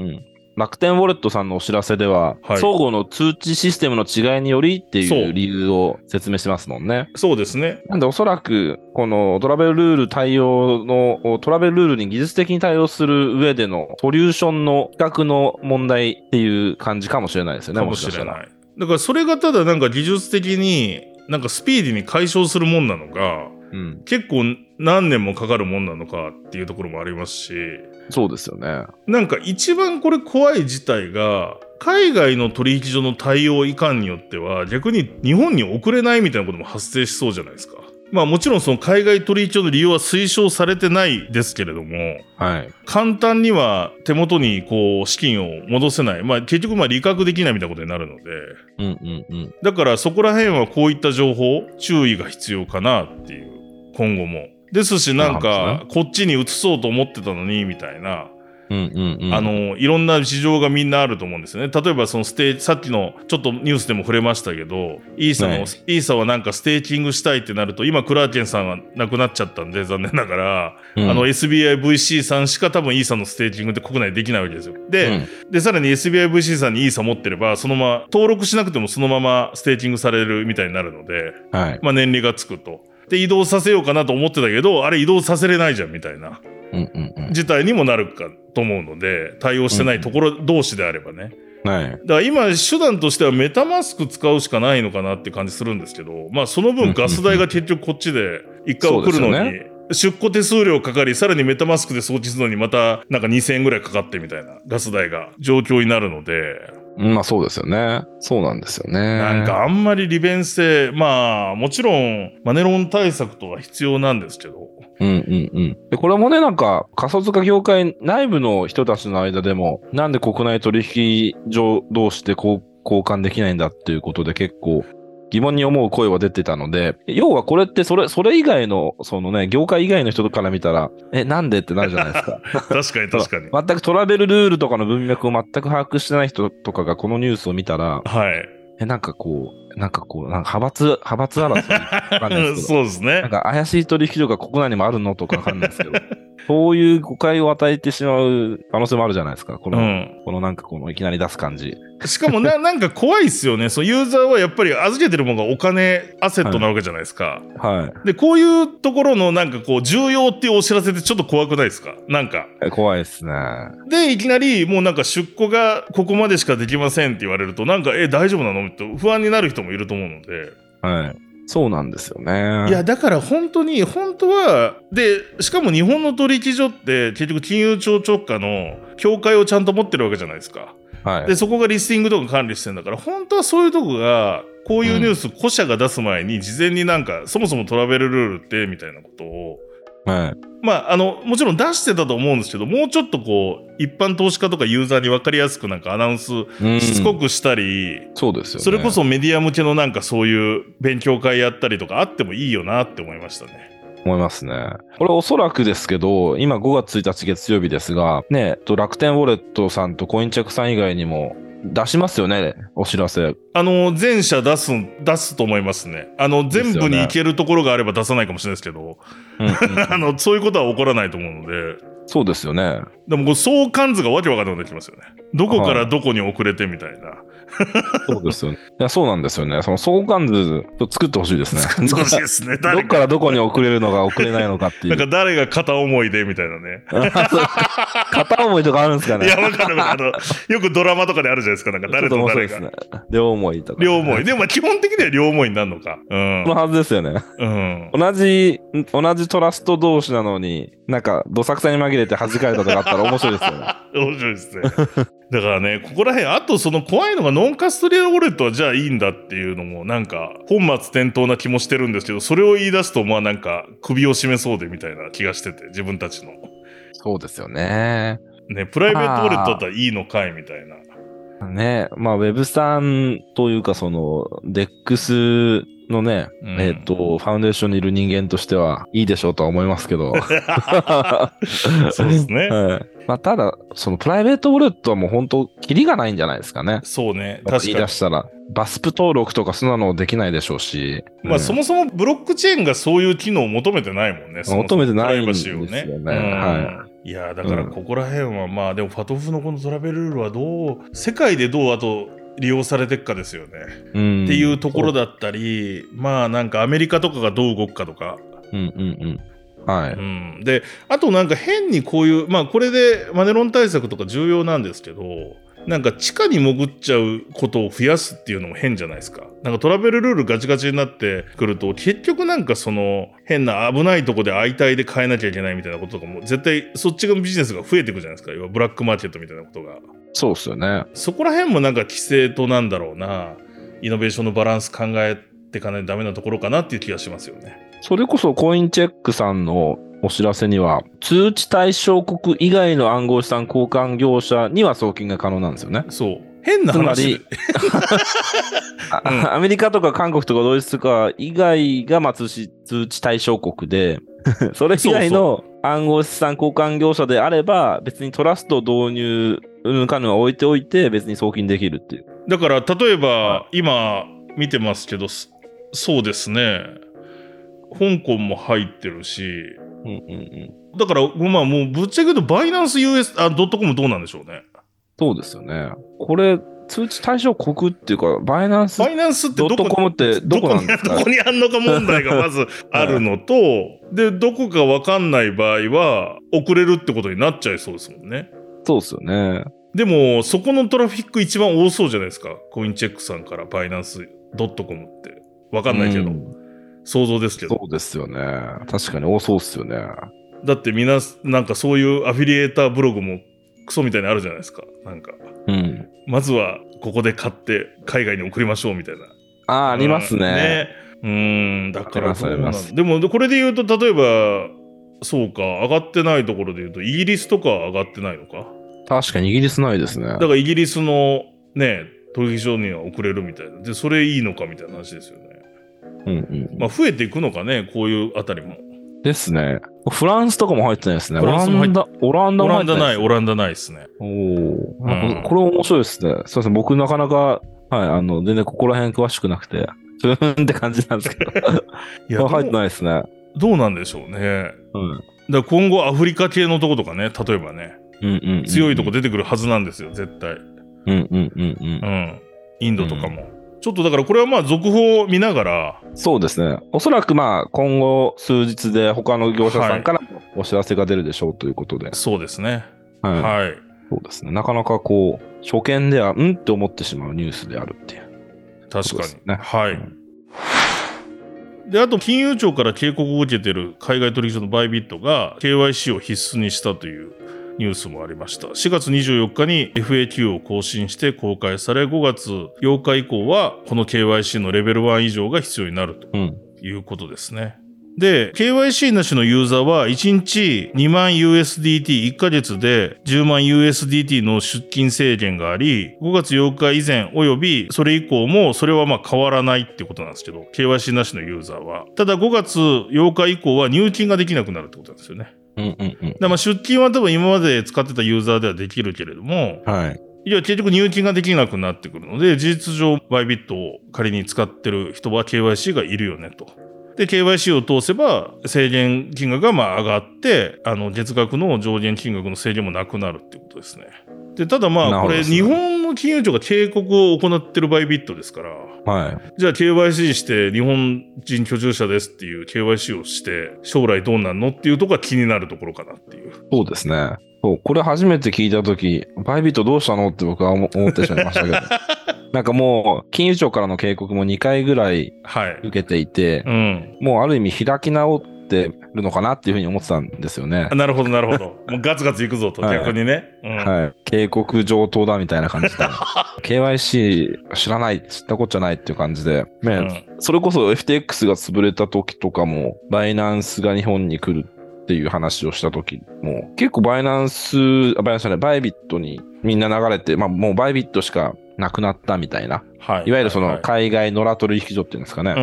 Speaker 2: 楽天ウォレットさんのお知らせでは、
Speaker 1: はい
Speaker 2: 相互の通知システムの違いによりって
Speaker 1: そ
Speaker 2: いうう理由を説明してますもんね。
Speaker 1: そうですね。
Speaker 2: なんでおそらく、このトラベルルール対応の、トラベルルールに技術的に対応する上でのソリューションの比較の問題っていう感じかもしれないですよね、
Speaker 1: かもしれない。だからそれがただなんか技術的になんかスピーディーに解消するもんなのか、
Speaker 2: い。うん。
Speaker 1: 結構何年もかかるもんなのかっていうところもありますし、
Speaker 2: そうですよね。
Speaker 1: なんか一番これ怖い事態が、海外の取引所の対応いかんによっては、逆に日本に送れないみたいなことも発生しそうじゃないですか。まあもちろんその海外取引所の利用は推奨されてないですけれども、
Speaker 2: はい。
Speaker 1: 簡単には手元にこう資金を戻せない。まあ結局まあ利確できないみたいなことになるので、
Speaker 2: うんうんうん。
Speaker 1: だからそこら辺はこういった情報、注意が必要かなっていう、今後も。ですしなん
Speaker 2: なる
Speaker 1: か、こっちに移そうと思ってたのに、みたいな。
Speaker 2: うんうんうん。
Speaker 1: あ、の、いろんな事情がみんなあると思うんですよね。例えばそのステーさっきのちょっとニュースでも触れましたけど、イーサの、
Speaker 2: はい
Speaker 1: イーサはなんかステーキングしたいってなると、今クラーケンさんが亡くなっちゃったんで、残念ながら、あの SBIVC さんしか多分イーサのステーキングって国内できないわけですよ。で、で、さらに SBIVC さんにイーサ持ってれば、そのまま登録しなくてもそのままステーキングされるみたいになるので、
Speaker 2: うん、はい。
Speaker 1: まあ年利がつくと。で、移動させようかなと思ってたけど、あれ移動させれないじゃんみたいな。
Speaker 2: うんうんうん。
Speaker 1: 事態にもなるかと思うので、対応してないところ同士であればね。
Speaker 2: はい。
Speaker 1: だから今、手段としてはメタマスク使うしかないのかなって感じするんですけど、まあその
Speaker 2: うんうんう
Speaker 1: 分
Speaker 2: ん
Speaker 1: ガス代が結局こっちで一回
Speaker 2: そう
Speaker 1: 送
Speaker 2: で
Speaker 1: る
Speaker 2: す
Speaker 1: の
Speaker 2: よ
Speaker 1: に、
Speaker 2: ね
Speaker 1: 出庫手数料かかり、さらにメタマスクで送金するのにまたなんか2000円ぐらいかかってみたいなガス代が状況になるので、
Speaker 2: まあそうですよね。そうなんですよね。
Speaker 1: なんかあんまり利便性、まあもちろんマネロン対策とは必要なんですけど、
Speaker 2: うんうんうん。で、これもね、なんか、仮想通貨業界内部の人たちの間でも、なんで国内取引所同士で交交換できないんだっていうことで結構疑問に思う声は出てたので、要はこれってそれ、それ以外の、そのね、業界以外の人から見たら、え、なんでってなるじゃないです か。
Speaker 1: 確かに確かに。
Speaker 2: 全くトラベルルールとかの文脈を全く把握してない人とかがこのニュースを見たら、
Speaker 1: はい。
Speaker 2: え、なんかこう、なんかこう、なんか派閥、派閥争いわかんない ですけど
Speaker 1: そうですね。
Speaker 2: なんか怪しい取引所が国内にもあるのとかわかんないで すけど、そういう誤解を与えてしまう可能性もあるじゃないですか。こ
Speaker 1: う
Speaker 2: の、
Speaker 1: ん、
Speaker 2: このなんかこのいきなり出す感じ。
Speaker 1: しかもな なんか怖いっすよねそうユーザーはやっぱり預けてるものがお金アセットなわけじゃないですか、
Speaker 2: は
Speaker 1: でこういうところのなんかこう重要っていうお知らせってちょっと怖くないですかなんか
Speaker 2: い。怖いですね。
Speaker 1: でいきなりもうなんか出庫がここまでしかできませんって言われるとなんかえ大丈夫なのって不安になる人もいると思うので、
Speaker 2: はい。そうなんですよね。
Speaker 1: いやだから本当に本当はでしかも日本の取引所って結局金融庁直下の協会をちゃんと持ってるわけじゃないですか
Speaker 2: はい
Speaker 1: で。そこがリスティングとか管理してんだから本当はそういうとこがこういうニュース、個社が出す前に事前になんかそもそもトラベルルールってみたいなことを
Speaker 2: はい。
Speaker 1: まああのもちろん出してたと思うんですけどもうちょっとこう一般投資家とかユーザーに分かりやすくなんかアナウンス
Speaker 2: うん
Speaker 1: しつこくしたり、
Speaker 2: そうですよね。
Speaker 1: それこ。そメディア向けのなんかそういう勉強会やったりとかあってもいいよなって思いましたね。
Speaker 2: 思いますね。これおそらくですけど、今5月1日月曜日ですが、ね、えっと楽天ウォレットさんとコインチェックさん以外にも出しますよね、お知らせ。
Speaker 1: あの全社出す出すと思いますね。あの全部
Speaker 2: ですよ
Speaker 1: に
Speaker 2: ね
Speaker 1: いけるところがあれば出さないかもしれないですけど、
Speaker 2: うん うん
Speaker 1: あのそういうことは起こらないと思うので。
Speaker 2: そうですよね。
Speaker 1: でもこう相関図がわけわかんなくなってきますよね。どこからどこに遅れてみたいな。
Speaker 2: そうですよね。いや、そうなんですよね。その相関図を作ってほしいですね。
Speaker 1: 難しいですね。
Speaker 2: ど
Speaker 1: 誰
Speaker 2: っ
Speaker 1: か。
Speaker 2: からどこに送れるのか送れないのかってい
Speaker 1: なんか
Speaker 2: う。
Speaker 1: 誰が片思いでみたいなね。
Speaker 2: 片思いとかあるんですか
Speaker 1: い
Speaker 2: ね
Speaker 1: や、わかるわかる。あのよくドラマとかであるじゃないですか。なんか誰
Speaker 2: ちょっ
Speaker 1: と
Speaker 2: 面白
Speaker 1: 誰
Speaker 2: いです
Speaker 1: が。
Speaker 2: ね。両思いとか、
Speaker 1: 両思い。。でもまあ基本的には両思いになるのか。うん
Speaker 2: その。はずですよね。
Speaker 1: うん。
Speaker 2: 同じ、同じトラスト同士なのに、なんか、どさくさに紛れれて弾かれたとかあったら面白い ですよね。
Speaker 1: 面白いですね。だからね、ここら辺、あとその怖いのがノンカストリアウォレットはじゃあいいんだっていうのも、なんか、本末転倒な気もしてるんですけど、それを言い出すと、まあなんか、首を絞めそうでみたいな気がしてて、自分たちの。
Speaker 2: そうですよね。
Speaker 1: ね、プライベートウォレットだったらいいのかいみたいな。
Speaker 2: ね、まあ、ウェブさんというか、その、デックスのね、
Speaker 1: うん
Speaker 2: えっ、と、ファウンデーションにいる人間としては、いいでしょうとは思いますけど。
Speaker 1: そうですね。
Speaker 2: はいまあ、ただ、そのプライベートウォレットはもう本当、キリがないんじゃないですかね。
Speaker 1: そうね、
Speaker 2: 言
Speaker 1: 確
Speaker 2: い
Speaker 1: かに
Speaker 2: 出。したら、バスプ登録とかそんなのできないでしょうし。
Speaker 1: ま
Speaker 2: う
Speaker 1: あ
Speaker 2: ん
Speaker 1: そもそもブロックチェーンがそういう機能を求めてないもんね。そもそ
Speaker 2: 求
Speaker 1: も
Speaker 2: めてない
Speaker 1: プライ
Speaker 2: ん
Speaker 1: バ
Speaker 2: で
Speaker 1: シ
Speaker 2: す
Speaker 1: ー
Speaker 2: よ
Speaker 1: を
Speaker 2: ね
Speaker 1: ね。、
Speaker 2: はい
Speaker 1: いやーだからここら辺はまあでもファトフのこのトラベルルールはどう世界でどうあと利用されていくかですよね、
Speaker 2: うん
Speaker 1: っていうところだったりまあなんかアメリカとかがどう動くかとか、。
Speaker 2: うんうんうん。はいう
Speaker 1: ん、であとなんか変にこういうまあこれでマネロン対策とか重要なんですけどなんか地下に潜っちゃうことを増やすっていうのも変じゃないですか。なんかトラベルルールガチガチになってくると結局なんかその変な危ないとこで相対で変えなきゃいけないみたいなこととかも絶対そっちがビジネスが増えていくじゃないですか。要はブラックマーケットみたいなことが。
Speaker 2: そうですよね。
Speaker 1: そこら辺もなんか規制となんだろうなイノベーションのバランス考えていかないとダメなところかなっていう気がしますよね。
Speaker 2: それこそコインチェックさんのお知らせには、通知対象国以外の暗号資産交換業者には送金が可能なんですよね。
Speaker 1: そう。変な
Speaker 2: つま
Speaker 1: 話で
Speaker 2: り、あ
Speaker 1: うん
Speaker 2: アメリカとか韓国とかドイツとか以外がまあ通知通知対象国 で、それ以外の暗号資産交換業者であれば、別にトラストを導入、うんかぬは置いておいて、別に送金できるっていう。
Speaker 1: だから例えば、
Speaker 2: は
Speaker 1: 今見てますけどすそうですね香港も入ってるし
Speaker 2: うんうんうん、
Speaker 1: だからまあもうぶっちゃけ言うとバイナンス US あドットコムどうなんでしょうね
Speaker 2: そうですよね。これ、通知対象国っていうか、バイナンス
Speaker 1: バイナンスって
Speaker 2: ド
Speaker 1: ど
Speaker 2: ッ
Speaker 1: こ
Speaker 2: トコムってどこなんです
Speaker 1: ど
Speaker 2: か
Speaker 1: こにどこにあんのか問題 がまずあるのと、でどこかわかんない場合は遅れるってことになっちゃいそうですもんね
Speaker 2: そうですよね。
Speaker 1: でもそこのトラフィック一番多そうじゃないですかコインチェックさんからバイナンスドットコムってわかんないけど、
Speaker 2: うん
Speaker 1: 想像ですけど
Speaker 2: そうですよね。確かに多そうっすよね。
Speaker 1: だってみんな、なんかそういうアフィリエーターブログもクソみたいにあるじゃないですか。なんか、
Speaker 2: うん。
Speaker 1: まずはここで買って海外に送りましょうみたいな。
Speaker 2: ああ、ありますね。
Speaker 1: うん。ねうん、だからどう
Speaker 2: あり
Speaker 1: な
Speaker 2: ま
Speaker 1: ん
Speaker 2: すあ
Speaker 1: でも、これで言うと、例えば、そうか、上がってないところで言うと、イギリスとか上がってないのか。
Speaker 2: 確かにイギリスないですね。
Speaker 1: だからイギリスのね、取引所には送れるみたいな。で、それいいのかみたいな話ですよね。
Speaker 2: うんうん
Speaker 1: まあ、増えていくのかね、こういうあたりも。
Speaker 2: ですね。フランスとかも入ってないですね。
Speaker 1: フ
Speaker 2: オ
Speaker 1: ラン
Speaker 2: ラ
Speaker 1: スも入っ
Speaker 2: ンダ、オランダ
Speaker 1: オ
Speaker 2: も
Speaker 1: ラン
Speaker 2: 入って
Speaker 1: ダ
Speaker 2: な
Speaker 1: ないい、
Speaker 2: ですね。
Speaker 1: オランダないですね。
Speaker 2: おお、なん
Speaker 1: うん
Speaker 2: かこれ面白いですね。すいません。僕なかなか、はい、あの、全然ここら辺詳しくなくて、ふーんって感じなんですけど。
Speaker 1: いや、
Speaker 2: これ入っ
Speaker 1: どう
Speaker 2: てないですね。
Speaker 1: どうなんでしょうね。
Speaker 2: うん。
Speaker 1: だから今後アフリカ系のとことかね例えばね
Speaker 2: うんうんうん
Speaker 1: 強いとこ。出てくるはずなんですよ絶対
Speaker 2: うんうんうん
Speaker 1: う
Speaker 2: うん
Speaker 1: インドとかも、ちょっとだからこれはまあ続報を見ながら
Speaker 2: ん。そうですね。おそらくまあ、今後数日で他の業者さんからお知らせが出るでしょうということで。
Speaker 1: そうですね
Speaker 2: はい。
Speaker 1: はい
Speaker 2: そうですね。なかなかこう、初見では、うんって思ってしまうニュースであるっていう。
Speaker 1: 確
Speaker 2: そう
Speaker 1: か
Speaker 2: で
Speaker 1: に、
Speaker 2: すね
Speaker 1: は
Speaker 2: う
Speaker 1: い
Speaker 2: ん
Speaker 1: であと金融庁から警告を受けてる海外取引所のバイビットが KYC を必須にしたというニュースもありました4月24日に FAQ を更新して公開され5月8日以降はこの KYC のレベル1以上が必要になると
Speaker 2: うん。
Speaker 1: いうことですね。で、KYC なしのユーザーは1日2万 USDT1 ヶ月で10万 USDT の出金制限があり、5月8日以前及びそれ以降もそれはまあ変わらないってことなんですけど、KYC なしのユーザーは。ただ5月8日以降は入金ができなくなるってことなんですよね。
Speaker 2: うんうんうん
Speaker 1: だからまあ出金は多分今まで使ってたユーザーではできるけれども、
Speaker 2: はい。
Speaker 1: いや、結局入金ができなくなってくるので、事実上、バイビットを仮に使ってる人は KYC がいるよねと。で、KYC を通せば、制限金額がまあ上がって、あの、月額の上限金額の制限もなくなるってことですね。で、ただまあ、
Speaker 2: な
Speaker 1: こ
Speaker 2: るほど
Speaker 1: れ、
Speaker 2: ですね
Speaker 1: 日本の金融庁が警告を行ってるバイビットですから、
Speaker 2: はい。
Speaker 1: じゃあ KYC して日本人居住者ですっていう KYC をして、将来どうなんのっていうとこが気になるところかなっていう。
Speaker 2: そうですね。そう、これ初めて聞いたとき、バイビットどうしたのって僕は思思ってしまいました けど。なんかもう、金融庁からの警告も2回ぐらい
Speaker 1: はい。
Speaker 2: 受けていて、
Speaker 1: うん。
Speaker 2: もうある意味開き直っってるのかなっていうふうに思ってたんですよね
Speaker 1: あ。なるほど、なるほ ど。もうガツガツいくぞと、
Speaker 2: はい
Speaker 1: 逆にね。うん
Speaker 2: はい。警告上等だみたいな感 じで。KYC 知らない、知ったこっちゃないっていう感じで。ね、
Speaker 1: うん
Speaker 2: それこそ FTX が潰れた時とかも、バイナンスが日本に来るっていう話をした時も、結構バイナンス、あバイナンスじゃない、バイビットにみんな流れて、まあもうバイビットしかなくなったみたいな。
Speaker 1: はい
Speaker 2: わゆるその
Speaker 1: は
Speaker 2: 海外野良取引所っていうんですかね。
Speaker 1: いう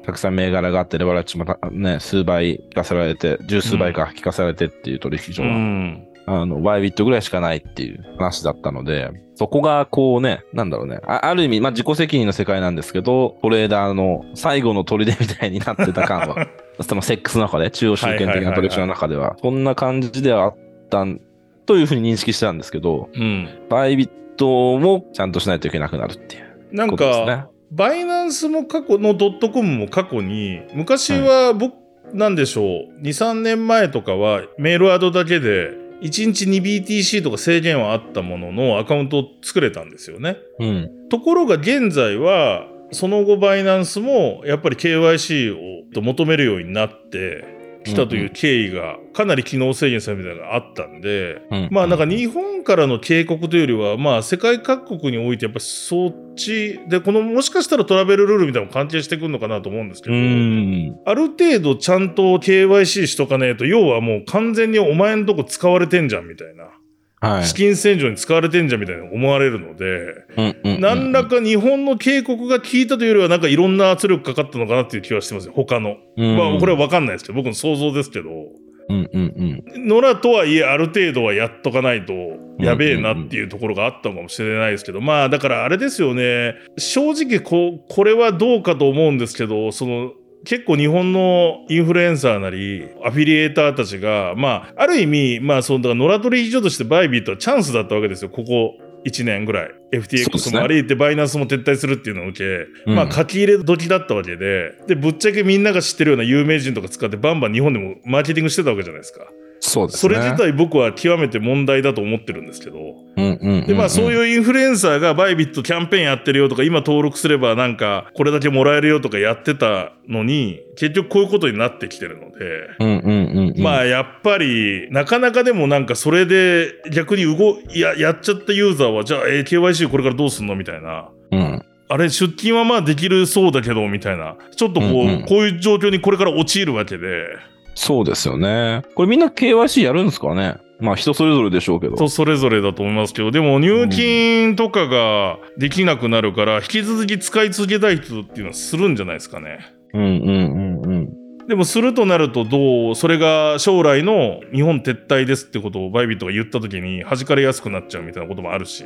Speaker 1: ん。
Speaker 2: たくさん銘柄があって、レバレッジもたね、数倍聞かせられて、十数倍か聞かされてっていう取引所
Speaker 1: う
Speaker 2: は、
Speaker 1: ん。
Speaker 2: あの、バイビットぐらいしかないっていう話だったので、そこがこうね、なんだろうね、あある意味、まあ自己責任の世界なんですけど、トレーダーの最後の砦みたいになってた 感は、そのセックスの中で、中央集権的な取引所の中では、そんな感じではあったんというふうに認識してたんですけど、
Speaker 1: うん。
Speaker 2: バイビットもちゃんとしないといけなくなるっていう
Speaker 1: なん
Speaker 2: ことです
Speaker 1: か、
Speaker 2: ね。
Speaker 1: バイナンスも過去のドットコムも過去に、昔は僕、なんでしょう、2、3年前とかはメールアドだけで、1日 2BTC とか制限はあったもののアカウントを作れたんですよね。
Speaker 2: うん。
Speaker 1: ところが現在はその後バイナンスもやっぱり KYC を求めるようになってきたという経緯がかなり機能制限されるみたいなのがあったんで、
Speaker 2: うん
Speaker 1: まあなんか日本からの警告というよりはまあ世界各国においてやっぱりそっちでこのもしかしたらトラベルルールみたいなのも関係してくるのかなと思うんですけ
Speaker 2: う
Speaker 1: ど。
Speaker 2: ん。
Speaker 1: ある程度ちゃんと KYC しとかねえと、要はもう完全にお前んとこ使われてんじゃんみたいな、
Speaker 2: はい。
Speaker 1: 資金洗浄に使われてんじゃんみたいな思われるので、
Speaker 2: うんうんうん
Speaker 1: 何らか日本の警告が効いたというよりは、なんかいろんな圧力かかったのかなっていう気はしてますよ、他の。
Speaker 2: うん
Speaker 1: まあ、これは分かんないですけど、僕の想像ですけど、
Speaker 2: うんうんうん。
Speaker 1: 野良とはいえ、ある程度はやっとかないと、やべえなっていうところがあったのかもしれないですけど、まあ、だからあれですよね、正直こ、これはどうかと思うんですけど、その、結構日本のインフルエンサーなり、アフィリエーターたちが、まあ、ある意味、まあ、その、だから野良取引所としてバイビーとはチャンスだったわけですよ、ここ1年ぐらい。
Speaker 2: そうです
Speaker 1: FTX
Speaker 2: ね
Speaker 1: もあり、で、バイナンスも撤退するっていうのを受け、
Speaker 2: うん
Speaker 1: まあ、書き入れ時だったわけで、で、ぶっちゃけみんなが知ってるような有名人とか使って、バンバン日本でもマーケティングしてたわけじゃないですか。
Speaker 2: そうです
Speaker 1: そ
Speaker 2: ね。
Speaker 1: れ自体僕は極めて問題だと思ってるんですけど。
Speaker 2: うんうんうんうん
Speaker 1: で、まあそういうインフルエンサーがバイビットキャンペーンやってるよとか、今登録すればなんかこれだけもらえるよとかやってたのに、結局こういうことになってきてるので。
Speaker 2: うんうんうんうん。
Speaker 1: まあやっぱり、なかなかでもなんかそれで逆に動いややっちゃったユーザーは、じゃあえー KYC これからどうすんのみたいな。
Speaker 2: うん、
Speaker 1: あれ、出勤はまあできるそうだけど、みたいな。ちょっとこう、
Speaker 2: うんうん
Speaker 1: こういう状況にこれから陥るわけで、
Speaker 2: そうですよね。これみんな KYC やるんですかねまあ人それぞれでしょうけど。
Speaker 1: 人それぞれだと思いますけど、でも入金とかができなくなるから、引き続き使い続けたい人っていうのはするんじゃないですかね。
Speaker 2: うんうんうんうん。
Speaker 1: でもするとなるとどうそれが将来の日本撤退ですってことをバイビットが言った時に弾かれやすくなっちゃうみたいなこともあるし、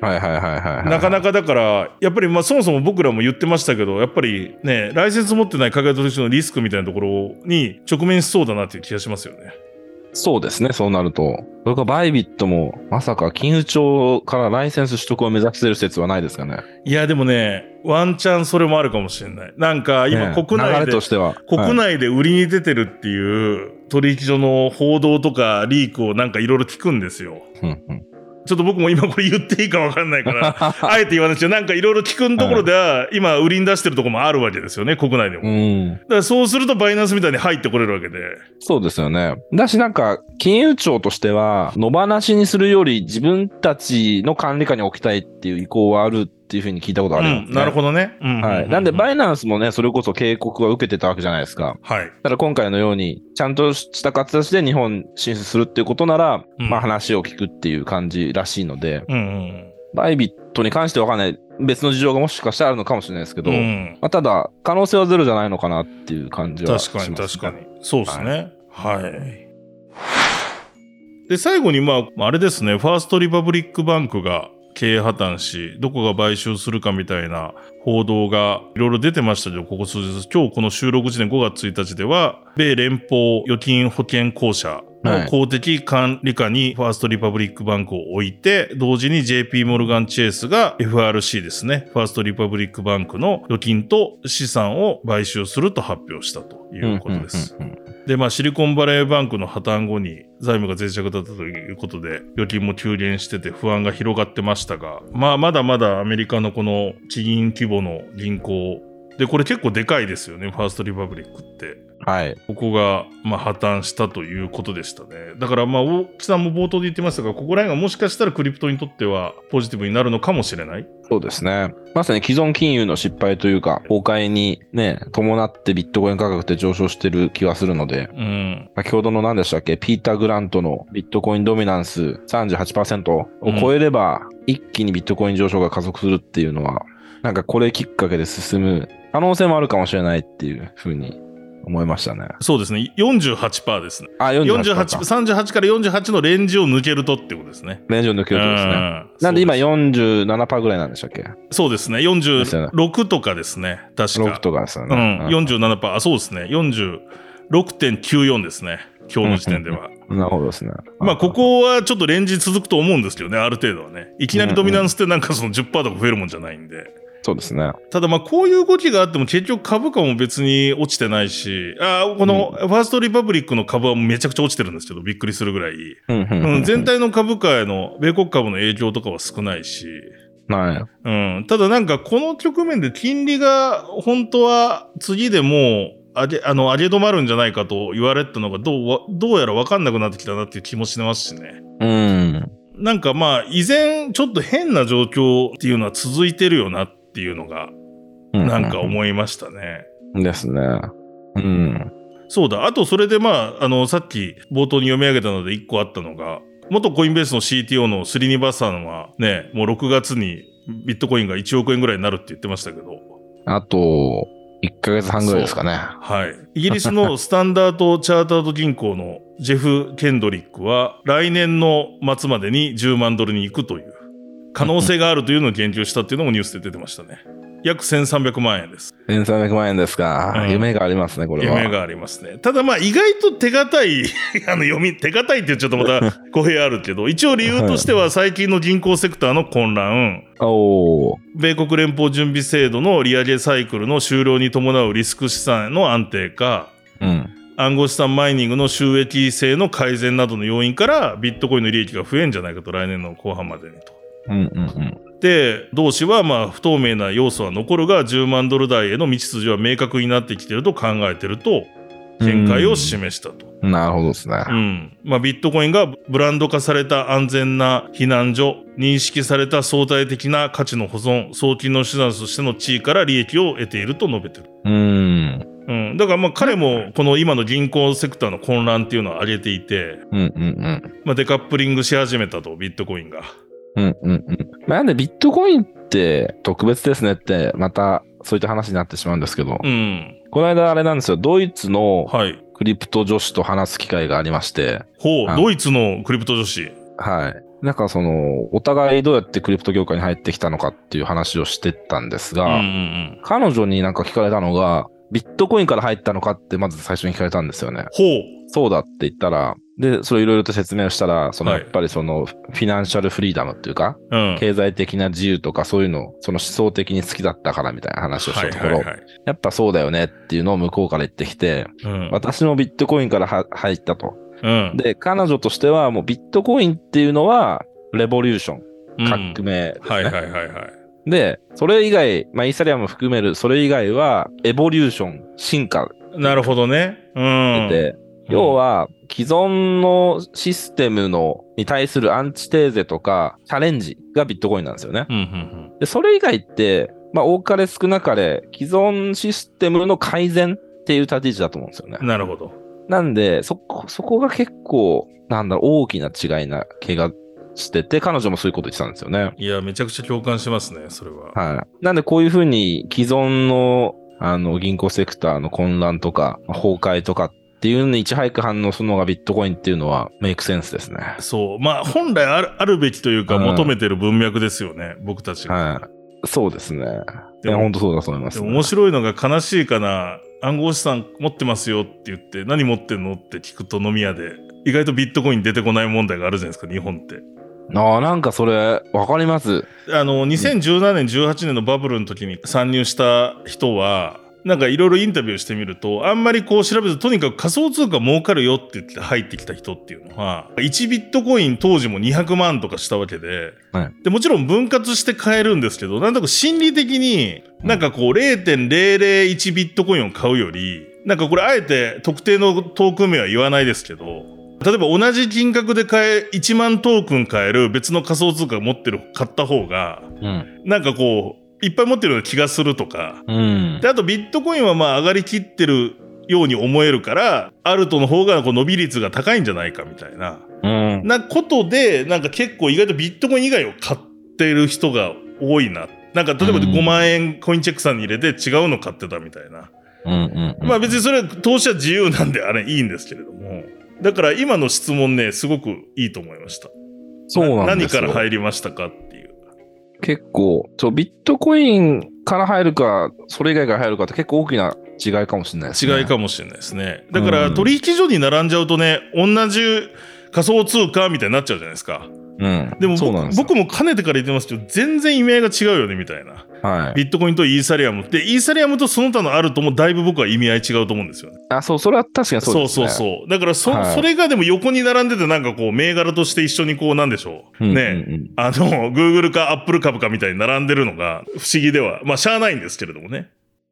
Speaker 2: はいはいはいはい、はい。
Speaker 1: なかな
Speaker 2: か。
Speaker 1: かだからやっぱりまあそもそも僕らも言ってましたけどやっぱりねライセンス持ってない海外投資のリスクみたいなところに直面しそうだなっていう気がしますよね。
Speaker 2: そうですね、そうなると。それからバイビットも、まさか金融庁からライセンス取得を目指してる説はないですかね。
Speaker 1: いやでもねワンチャンそれもあるかもしれない。なんか今
Speaker 2: ね
Speaker 1: 国内
Speaker 2: 流れ
Speaker 1: で
Speaker 2: としては。
Speaker 1: 国
Speaker 2: はい
Speaker 1: 内で売りに出てるっていう取引所の報道とかリークをなんかいろいろ聞くんですよ。
Speaker 2: うんうん
Speaker 1: ちょっと僕も今これ言っていいかわかんないから、 あえて言わないですけど、なんかいろいろ聞くところでは、今売りに出してるところもあるわけですよね、国内でも。だ
Speaker 2: うん。
Speaker 1: からそうするとバイナンスみたいに入ってこれるわけで。
Speaker 2: そうですよね。だしなんか、金融庁としては、野放しにするより自分たちの管理下に置きたいっていう意向はあるっていうふうに聞いたことあります、
Speaker 1: うん、なるほどね。うん
Speaker 2: どはい。なんで、
Speaker 1: イ
Speaker 2: バイナンスもね、それこそ警告は受けてたわけじゃないですか。
Speaker 1: はい。
Speaker 2: ただ今回のように、ちゃんとした形で日本進出するっていうことなら、
Speaker 1: うん
Speaker 2: まあ話を聞くっていう感じらしいので、
Speaker 1: うんうん
Speaker 2: バイビットに関してわかんない、別の事情がもしかしたらあるのかもしれないですけ
Speaker 1: う
Speaker 2: ど、
Speaker 1: ん。うん。
Speaker 2: まあ、ただ、可能性はゼロじゃないのかなっていう感じはし
Speaker 1: 確
Speaker 2: ます、
Speaker 1: かに
Speaker 2: ね。
Speaker 1: 確かに。そうですね。はい。で、最後にまあ、まああれですね、ファーストリパブリックバンクが経営破綻し、どこが買収するかみたいな報道がいろいろ出てましたけど、ここ数日、今日この収録時点5月1日では、米連邦預金保険公社
Speaker 2: は
Speaker 1: の
Speaker 2: い
Speaker 1: 公的管理下にファーストリパブリックバンクを置いて、同時に JP モルガンチェイスが FRC ですね、ファーストリパブリックバンクの預金と資産を買収すると発表したということです。
Speaker 2: うんうんうん
Speaker 1: で、まあ、シリコンバレーバンクの破綻後に財務が脆弱だったということで、預金も急減してて不安が広がってましたが、まあ、まだまだアメリカのこの地銀規模の銀行、で、これ結構でかいですよね、ファーストリパブリックって。
Speaker 2: はい。
Speaker 1: ここが、まあ、破綻したということでしたね。だから、まあ、大木さんも冒頭で言ってましたが、ここら辺がもしかしたらクリプトにとってはポジティブになるのかもしれない。
Speaker 2: そうですね。まさに既存金融の失敗というか、崩壊にね、伴ってビットコイン価格って上昇してる気がするので、
Speaker 1: うん。
Speaker 2: 先ほどの何でしたっけ、ピーター・グラントのビットコインドミナンス38%を超えれば、一気にビットコイン上昇が加速するっていうのは、なんかこれきっかけで進む可能性もあるかもしれないっていうふうに思いましたね。
Speaker 1: そうですね。48%ですね。
Speaker 2: あ、
Speaker 1: 48
Speaker 2: 48%か。
Speaker 1: 38から48のレンジを抜けるとってことですね。
Speaker 2: レンジを抜けるとです
Speaker 1: う
Speaker 2: ね。
Speaker 1: ん
Speaker 2: なんで今47%ぐらいなんでしたっけ
Speaker 1: そうですね。
Speaker 2: すよね
Speaker 1: 46とかですね。確か。
Speaker 2: ?6 とかですよ
Speaker 1: う
Speaker 2: ね。
Speaker 1: ん。
Speaker 2: うん
Speaker 1: 47%。あ、そうですね。46.94ですね。今日の時点では。
Speaker 2: なるほどですね。
Speaker 1: まあ、ここはちょっとレンジ続くと思うんですけどね、ある程度はね。いきなりドミナンスってなんかその10%とか増えるもんじゃないんで。
Speaker 2: そうですね。
Speaker 1: ただまあ、こういう動きがあっても結局株価も別に落ちてないし、あーこのファーストリパブリックの株はめちゃくちゃ落ちてるんですけど、びっくりするぐらい。
Speaker 2: うんうん
Speaker 1: うん、全体の株価への米国株の影響とかは少ないし、
Speaker 2: はい。
Speaker 1: うん、ただなんかこの局面で金利が本当は次でもう上げ、あの、上げ止まるんじゃないかと言われてたのがどうわ、どうやらわかんなくなってきたなっていう気もしますしね。
Speaker 2: うん。
Speaker 1: なんかまあ、依然ちょっと変な状況っていうのは続いてるよなっていうのが、なんか思いましたね。
Speaker 2: うん。ですね。うん。
Speaker 1: そうだ。あと、それでまあ、あの、さっき冒頭に読み上げたので一個あったのが、元コインベースの CTO のスリニバさんはね、もう6月にビットコインが1億円ぐらいになるって言ってましたけど、
Speaker 2: あと、1ヶ月半ぐらいですかね。
Speaker 1: はい。イギリス のスタンダードチャータード銀行のジェフ・ケンドリックは、来年の末までに10万ドルに行くという、可能性があるというのを言及したっていうのもニュースで出てましたね。約1300万円です。
Speaker 2: 1300万円ですか、
Speaker 1: うん
Speaker 2: 夢がありますね、これは。
Speaker 1: 夢がありますね。ただまあ意外と手堅い、 あの読み、手堅いって言っちゃうと また語弊あるけど、一応理由としては最近の銀行セクターの混乱、
Speaker 2: おー
Speaker 1: 米国連邦準備制度の利上げサイクルの終了に伴うリスク資産の安定化、
Speaker 2: うん。
Speaker 1: 暗号資産マイニングの収益性の改善などの要因からビットコインの利益が増えんじゃないかと来年の後半までにと。
Speaker 2: うんうんうん。
Speaker 1: で同志はまあ不透明な要素は残るが10万ドル台への道筋は明確になってきていると考えていると見解を示したと。
Speaker 2: なるほどですね。
Speaker 1: うんまあ、ビットコインがブランド化された安全な避難所認識された相対的な価値の保存送金の手段としての地位から利益を得ていると述べている。
Speaker 2: うん。
Speaker 1: うん、だからまあ彼もこの今の銀行セクターの混乱っていうのを挙げていて、
Speaker 2: うんうんうん。
Speaker 1: まあ、デカップリングし始めたと、ビットコインが。
Speaker 2: うんうんうん。まあなんで、ビットコインって特別ですねって、また、そういった話になってしまうんですけど、
Speaker 1: うん。
Speaker 2: この間あれなんですよ、ドイツの
Speaker 1: はい。
Speaker 2: クリプト女子と話す機会がありまして、
Speaker 1: ほ
Speaker 2: あ
Speaker 1: う、ドイツのクリプト女子。
Speaker 2: はい。なんかその、お互いどうやってクリプト業界に入ってきたのかっていう話をしてたんです
Speaker 1: うんう
Speaker 2: が、
Speaker 1: んうん。
Speaker 2: 彼女になんか聞かれたのが、ビットコインから入ったのかってまず最初に聞かれたんですよね。
Speaker 1: ほ
Speaker 2: そうだって言ったら、で、それいろいろと説明をしたら、その
Speaker 1: は
Speaker 2: や
Speaker 1: い
Speaker 2: っぱりそのフィナンシャルフリーダムっていうか、
Speaker 1: う。うん。
Speaker 2: 経済的な自由とかそういうの、その思想的に好きだったからみたいな話をし
Speaker 1: は
Speaker 2: た
Speaker 1: い
Speaker 2: とこ
Speaker 1: は
Speaker 2: ろ、
Speaker 1: いはい。
Speaker 2: やっぱそうだよねっていうのを向こうから言ってきて、
Speaker 1: うん。
Speaker 2: 私もビットコインからは入ったと。
Speaker 1: うん。
Speaker 2: で、彼女としてはもうビットコインっていうのは、レボリューション、
Speaker 1: うん
Speaker 2: 革命ですね、
Speaker 1: はいはいはいはい。
Speaker 2: で、それ以外、まあ、イーサリアム含める、それ以外は、エボリューション、進化
Speaker 1: なるほどね。うん。
Speaker 2: で、
Speaker 1: うん
Speaker 2: 要、は、既存のシステムのに対するアンチテーゼとか、チャレンジがビットコインなんですよね。
Speaker 1: うんうん
Speaker 2: で、それ以外って、まあ、多かれ少なかれ、既存システムの改善っていう立ち位置だと思うんですよね
Speaker 1: うん。。なるほど。
Speaker 2: なんで、そこ、そこが結構、なんだろう、大きな違いな気がしてて、彼女もそういうこと言ってたんですよね。
Speaker 1: いや、めちゃくちゃ共感しますね、それは。
Speaker 2: はい。なんでこういうふうに既存のあの銀行セクターの混乱とか崩壊とかっていうのにいち早く反応するのがビットコインっていうのはメイクセンスですね。
Speaker 1: そう。まあ、本来あるあるべきというか、
Speaker 2: うん
Speaker 1: 求めてる文脈ですよね、僕たちが。
Speaker 2: はい。そうですね。い
Speaker 1: でも
Speaker 2: や、本当そうだと思いま、
Speaker 1: ですも
Speaker 2: ね。
Speaker 1: 面白いのが悲しいかな暗号資産持ってますよって言って何持ってんのって聞くと飲み屋で意外とビットコイン出てこない問題があるじゃないですか日本って。
Speaker 2: ああ、なんかそれ、わかります。
Speaker 1: あの2017年18年のバブルの時に参入した人はなんかいろいろインタビューしてみるとあんまりこう調べずとにかく仮想通貨儲かるよって言って入ってきた人っていうのは1ビットコイン当時も200万とかしたわけで,、
Speaker 2: はい
Speaker 1: でもちろん分割して買えるんですけどなんとなく心理的になんかこう0.001ビットコインを買うよりなんかこれあえて特定のトークン名は言わないですけど、例えば同じ金額で買え、1万トークン買える別の仮想通貨持ってる、買った方が、
Speaker 2: うん。
Speaker 1: なんかこう、いっぱい持ってるような気がするとか。
Speaker 2: うん
Speaker 1: で、。あとビットコインはまあ上がりきってるように思えるから、アルトの方がこう伸び率が高いんじゃないかみたいな。
Speaker 2: うん。
Speaker 1: なことで、なんか結構意外とビットコイン以外を買ってる人が多いな。なんか例えば
Speaker 2: うん
Speaker 1: 5万円コインチェックさんに入れて違うの買ってたみたいな。
Speaker 2: うん。
Speaker 1: まあ別にそれは投資は自由なんであれいいんですけれども。だから今の質問ね、すごくいいと思いました。
Speaker 2: そうなんです
Speaker 1: な
Speaker 2: よ
Speaker 1: 何から入りましたかっていう。
Speaker 2: 結構そう、ビットコインから入るか、それ以外から入るかって結構大きな違いかもしれないですね。
Speaker 1: 違いかもしれないですね。だから
Speaker 2: うん
Speaker 1: 取引所に並んじゃうとね、同じ仮想通貨みたいになっちゃうじゃないですか。
Speaker 2: うん。
Speaker 1: でも
Speaker 2: そうなん
Speaker 1: 僕
Speaker 2: ですよ
Speaker 1: 僕もかねてから言ってますけど、全然意味合いが違うよねみたいな。
Speaker 2: はい。
Speaker 1: ビットコインとイーサリアムって、イーサリアムとその他のアルトもだいぶ僕は意味合い違うと思うんですよね。
Speaker 2: あ、そう、それは確かにそう
Speaker 1: そう,、
Speaker 2: です
Speaker 1: そう
Speaker 2: ね。
Speaker 1: そうだからそ、
Speaker 2: はい
Speaker 1: それがでも横に並んでてなんかこう、銘柄として一緒にこう、なんでしょう。
Speaker 2: ん
Speaker 1: ね、
Speaker 2: うんうん
Speaker 1: あの、Google か Apple 株かみたいに並んでるのが不思議では、まあ、しゃあないんですけれどもね。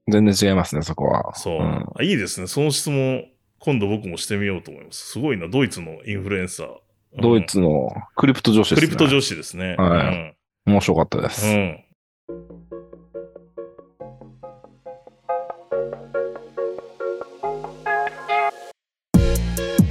Speaker 2: 全然違いますね、そこは。
Speaker 1: そう。
Speaker 2: ん
Speaker 1: あいいですね。その質問、今度僕もしてみようと思います。すごいな、ドイツのインフルエンサー。うん
Speaker 2: ドイツのクリプト女子です
Speaker 1: ク
Speaker 2: ね。
Speaker 1: リプト女子ですね。
Speaker 2: はい
Speaker 1: うん
Speaker 2: 面白かったで
Speaker 1: う
Speaker 2: す。
Speaker 1: ん。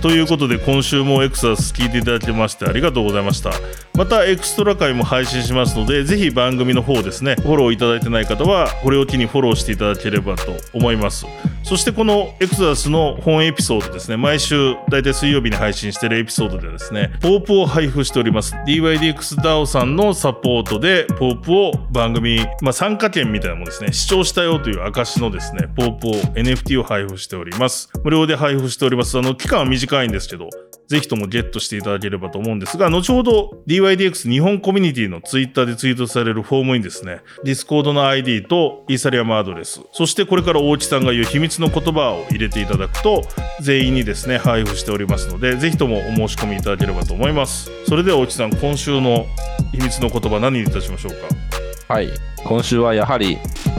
Speaker 1: ということで今週もエクサス聞いていただきましてありがとうございましたまたエクストラ回も配信しますのでぜひ番組の方ですねフォローいただいてない方はこれを機にフォローしていただければと思いますそしてこのエクサスの本エピソードですね、毎週大体水曜日に配信しているエピソードでですね、ポープを配布しております。DYDXDAO さんのサポートで、ポープを番組、まあ、参加券みたいなものですね、視聴したよという証のですね、ポープを NFT を配布しております。無料で配布しております。あの、期間は短いんですけど、ぜひともゲットしていただければと思うんですが、後ほど DYDX 日本コミュニティのツイッターでツイートされるフォームにですね、Discord の ID とイーサリアムアドレス、そしてこれから大内さんが言う秘密の言葉を入れていただくと、全員にですね、配布しておりますので、ぜひともお申し込みいただければと思います。それでは大内さん、今週の秘密の言葉何にいたしましょうか
Speaker 2: はい。今週はやはり、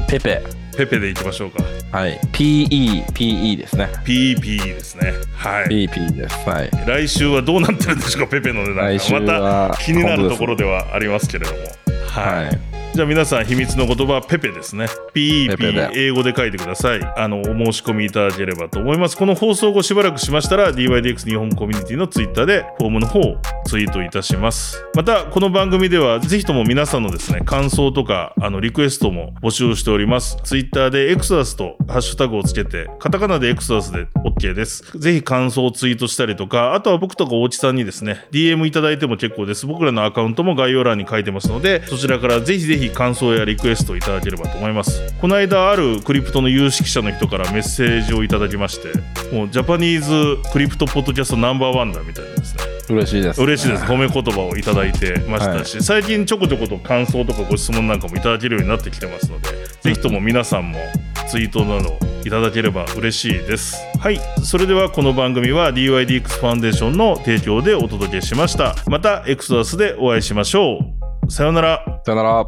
Speaker 2: ペペ。
Speaker 1: ペペでいきましょうか。
Speaker 2: はい。PE、PE ですね。
Speaker 1: PPE ですね。はい。
Speaker 2: PP です。はい。
Speaker 1: 来週はどうなってるんでしょうか、ペペの値段
Speaker 2: 来週
Speaker 1: が。また
Speaker 2: は、
Speaker 1: 気になるところ
Speaker 2: 本
Speaker 1: ではありますけれども。
Speaker 2: 当です。
Speaker 1: はい
Speaker 2: はい。
Speaker 1: じゃあ皆さん秘密の言葉はペペですね。
Speaker 2: ペペ
Speaker 1: PEP
Speaker 2: で
Speaker 1: 英語で書いてください。あのお申し込みいただければと思います。この放送後しばらくしましたら DYDX 日本コミュニティのツイッターでフォームの方をツイートいたします。またこの番組ではぜひとも皆さんのですね感想とかあのリクエストも募集しております。ツイッターでエクサスとハッシュタグをつけてカタカナでエクサスで OK です。ぜひ感想をツイートしたりとかあとは僕とか大内さんにですね DM いただいても結構です。僕らのアカウントも概要欄に書いてますのでそちらからぜひぜひ感想やリクエストをいただければと思いますこの間あるクリプトの有識者の人からメッセージをいただきましてもうジャパニーズクリプトポッドキャストナンバーワンだみたいなですね
Speaker 2: 嬉しいです、
Speaker 1: 嬉しいです。褒め言葉をいただいてましたし、最近ちょこちょこと感想とかご質問なんかもいただけるようになってきてますので、ぜひとも皆さんもツイートなどいただければ嬉しいです。はい。それではこの番組は DYDX ファンデーションの提供でお届けしました。またエクソダスでお会いしましょう。さようなら。
Speaker 2: さよなら。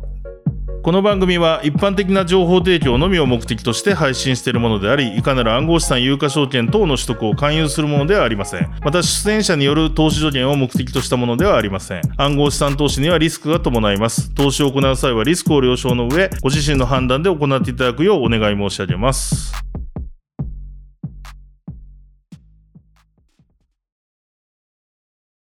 Speaker 1: この番組は一般的な情報提供のみを目的として配信しているものであり、いかなる暗号資産有価証券等の取得を勧誘するものではありません。また、出演者による投資助言を目的としたものではありません。暗号資産投資にはリスクが伴います。投資を行う際はリスクを了承の上、ご自身の判断で行っていただくようお願い申し上げます。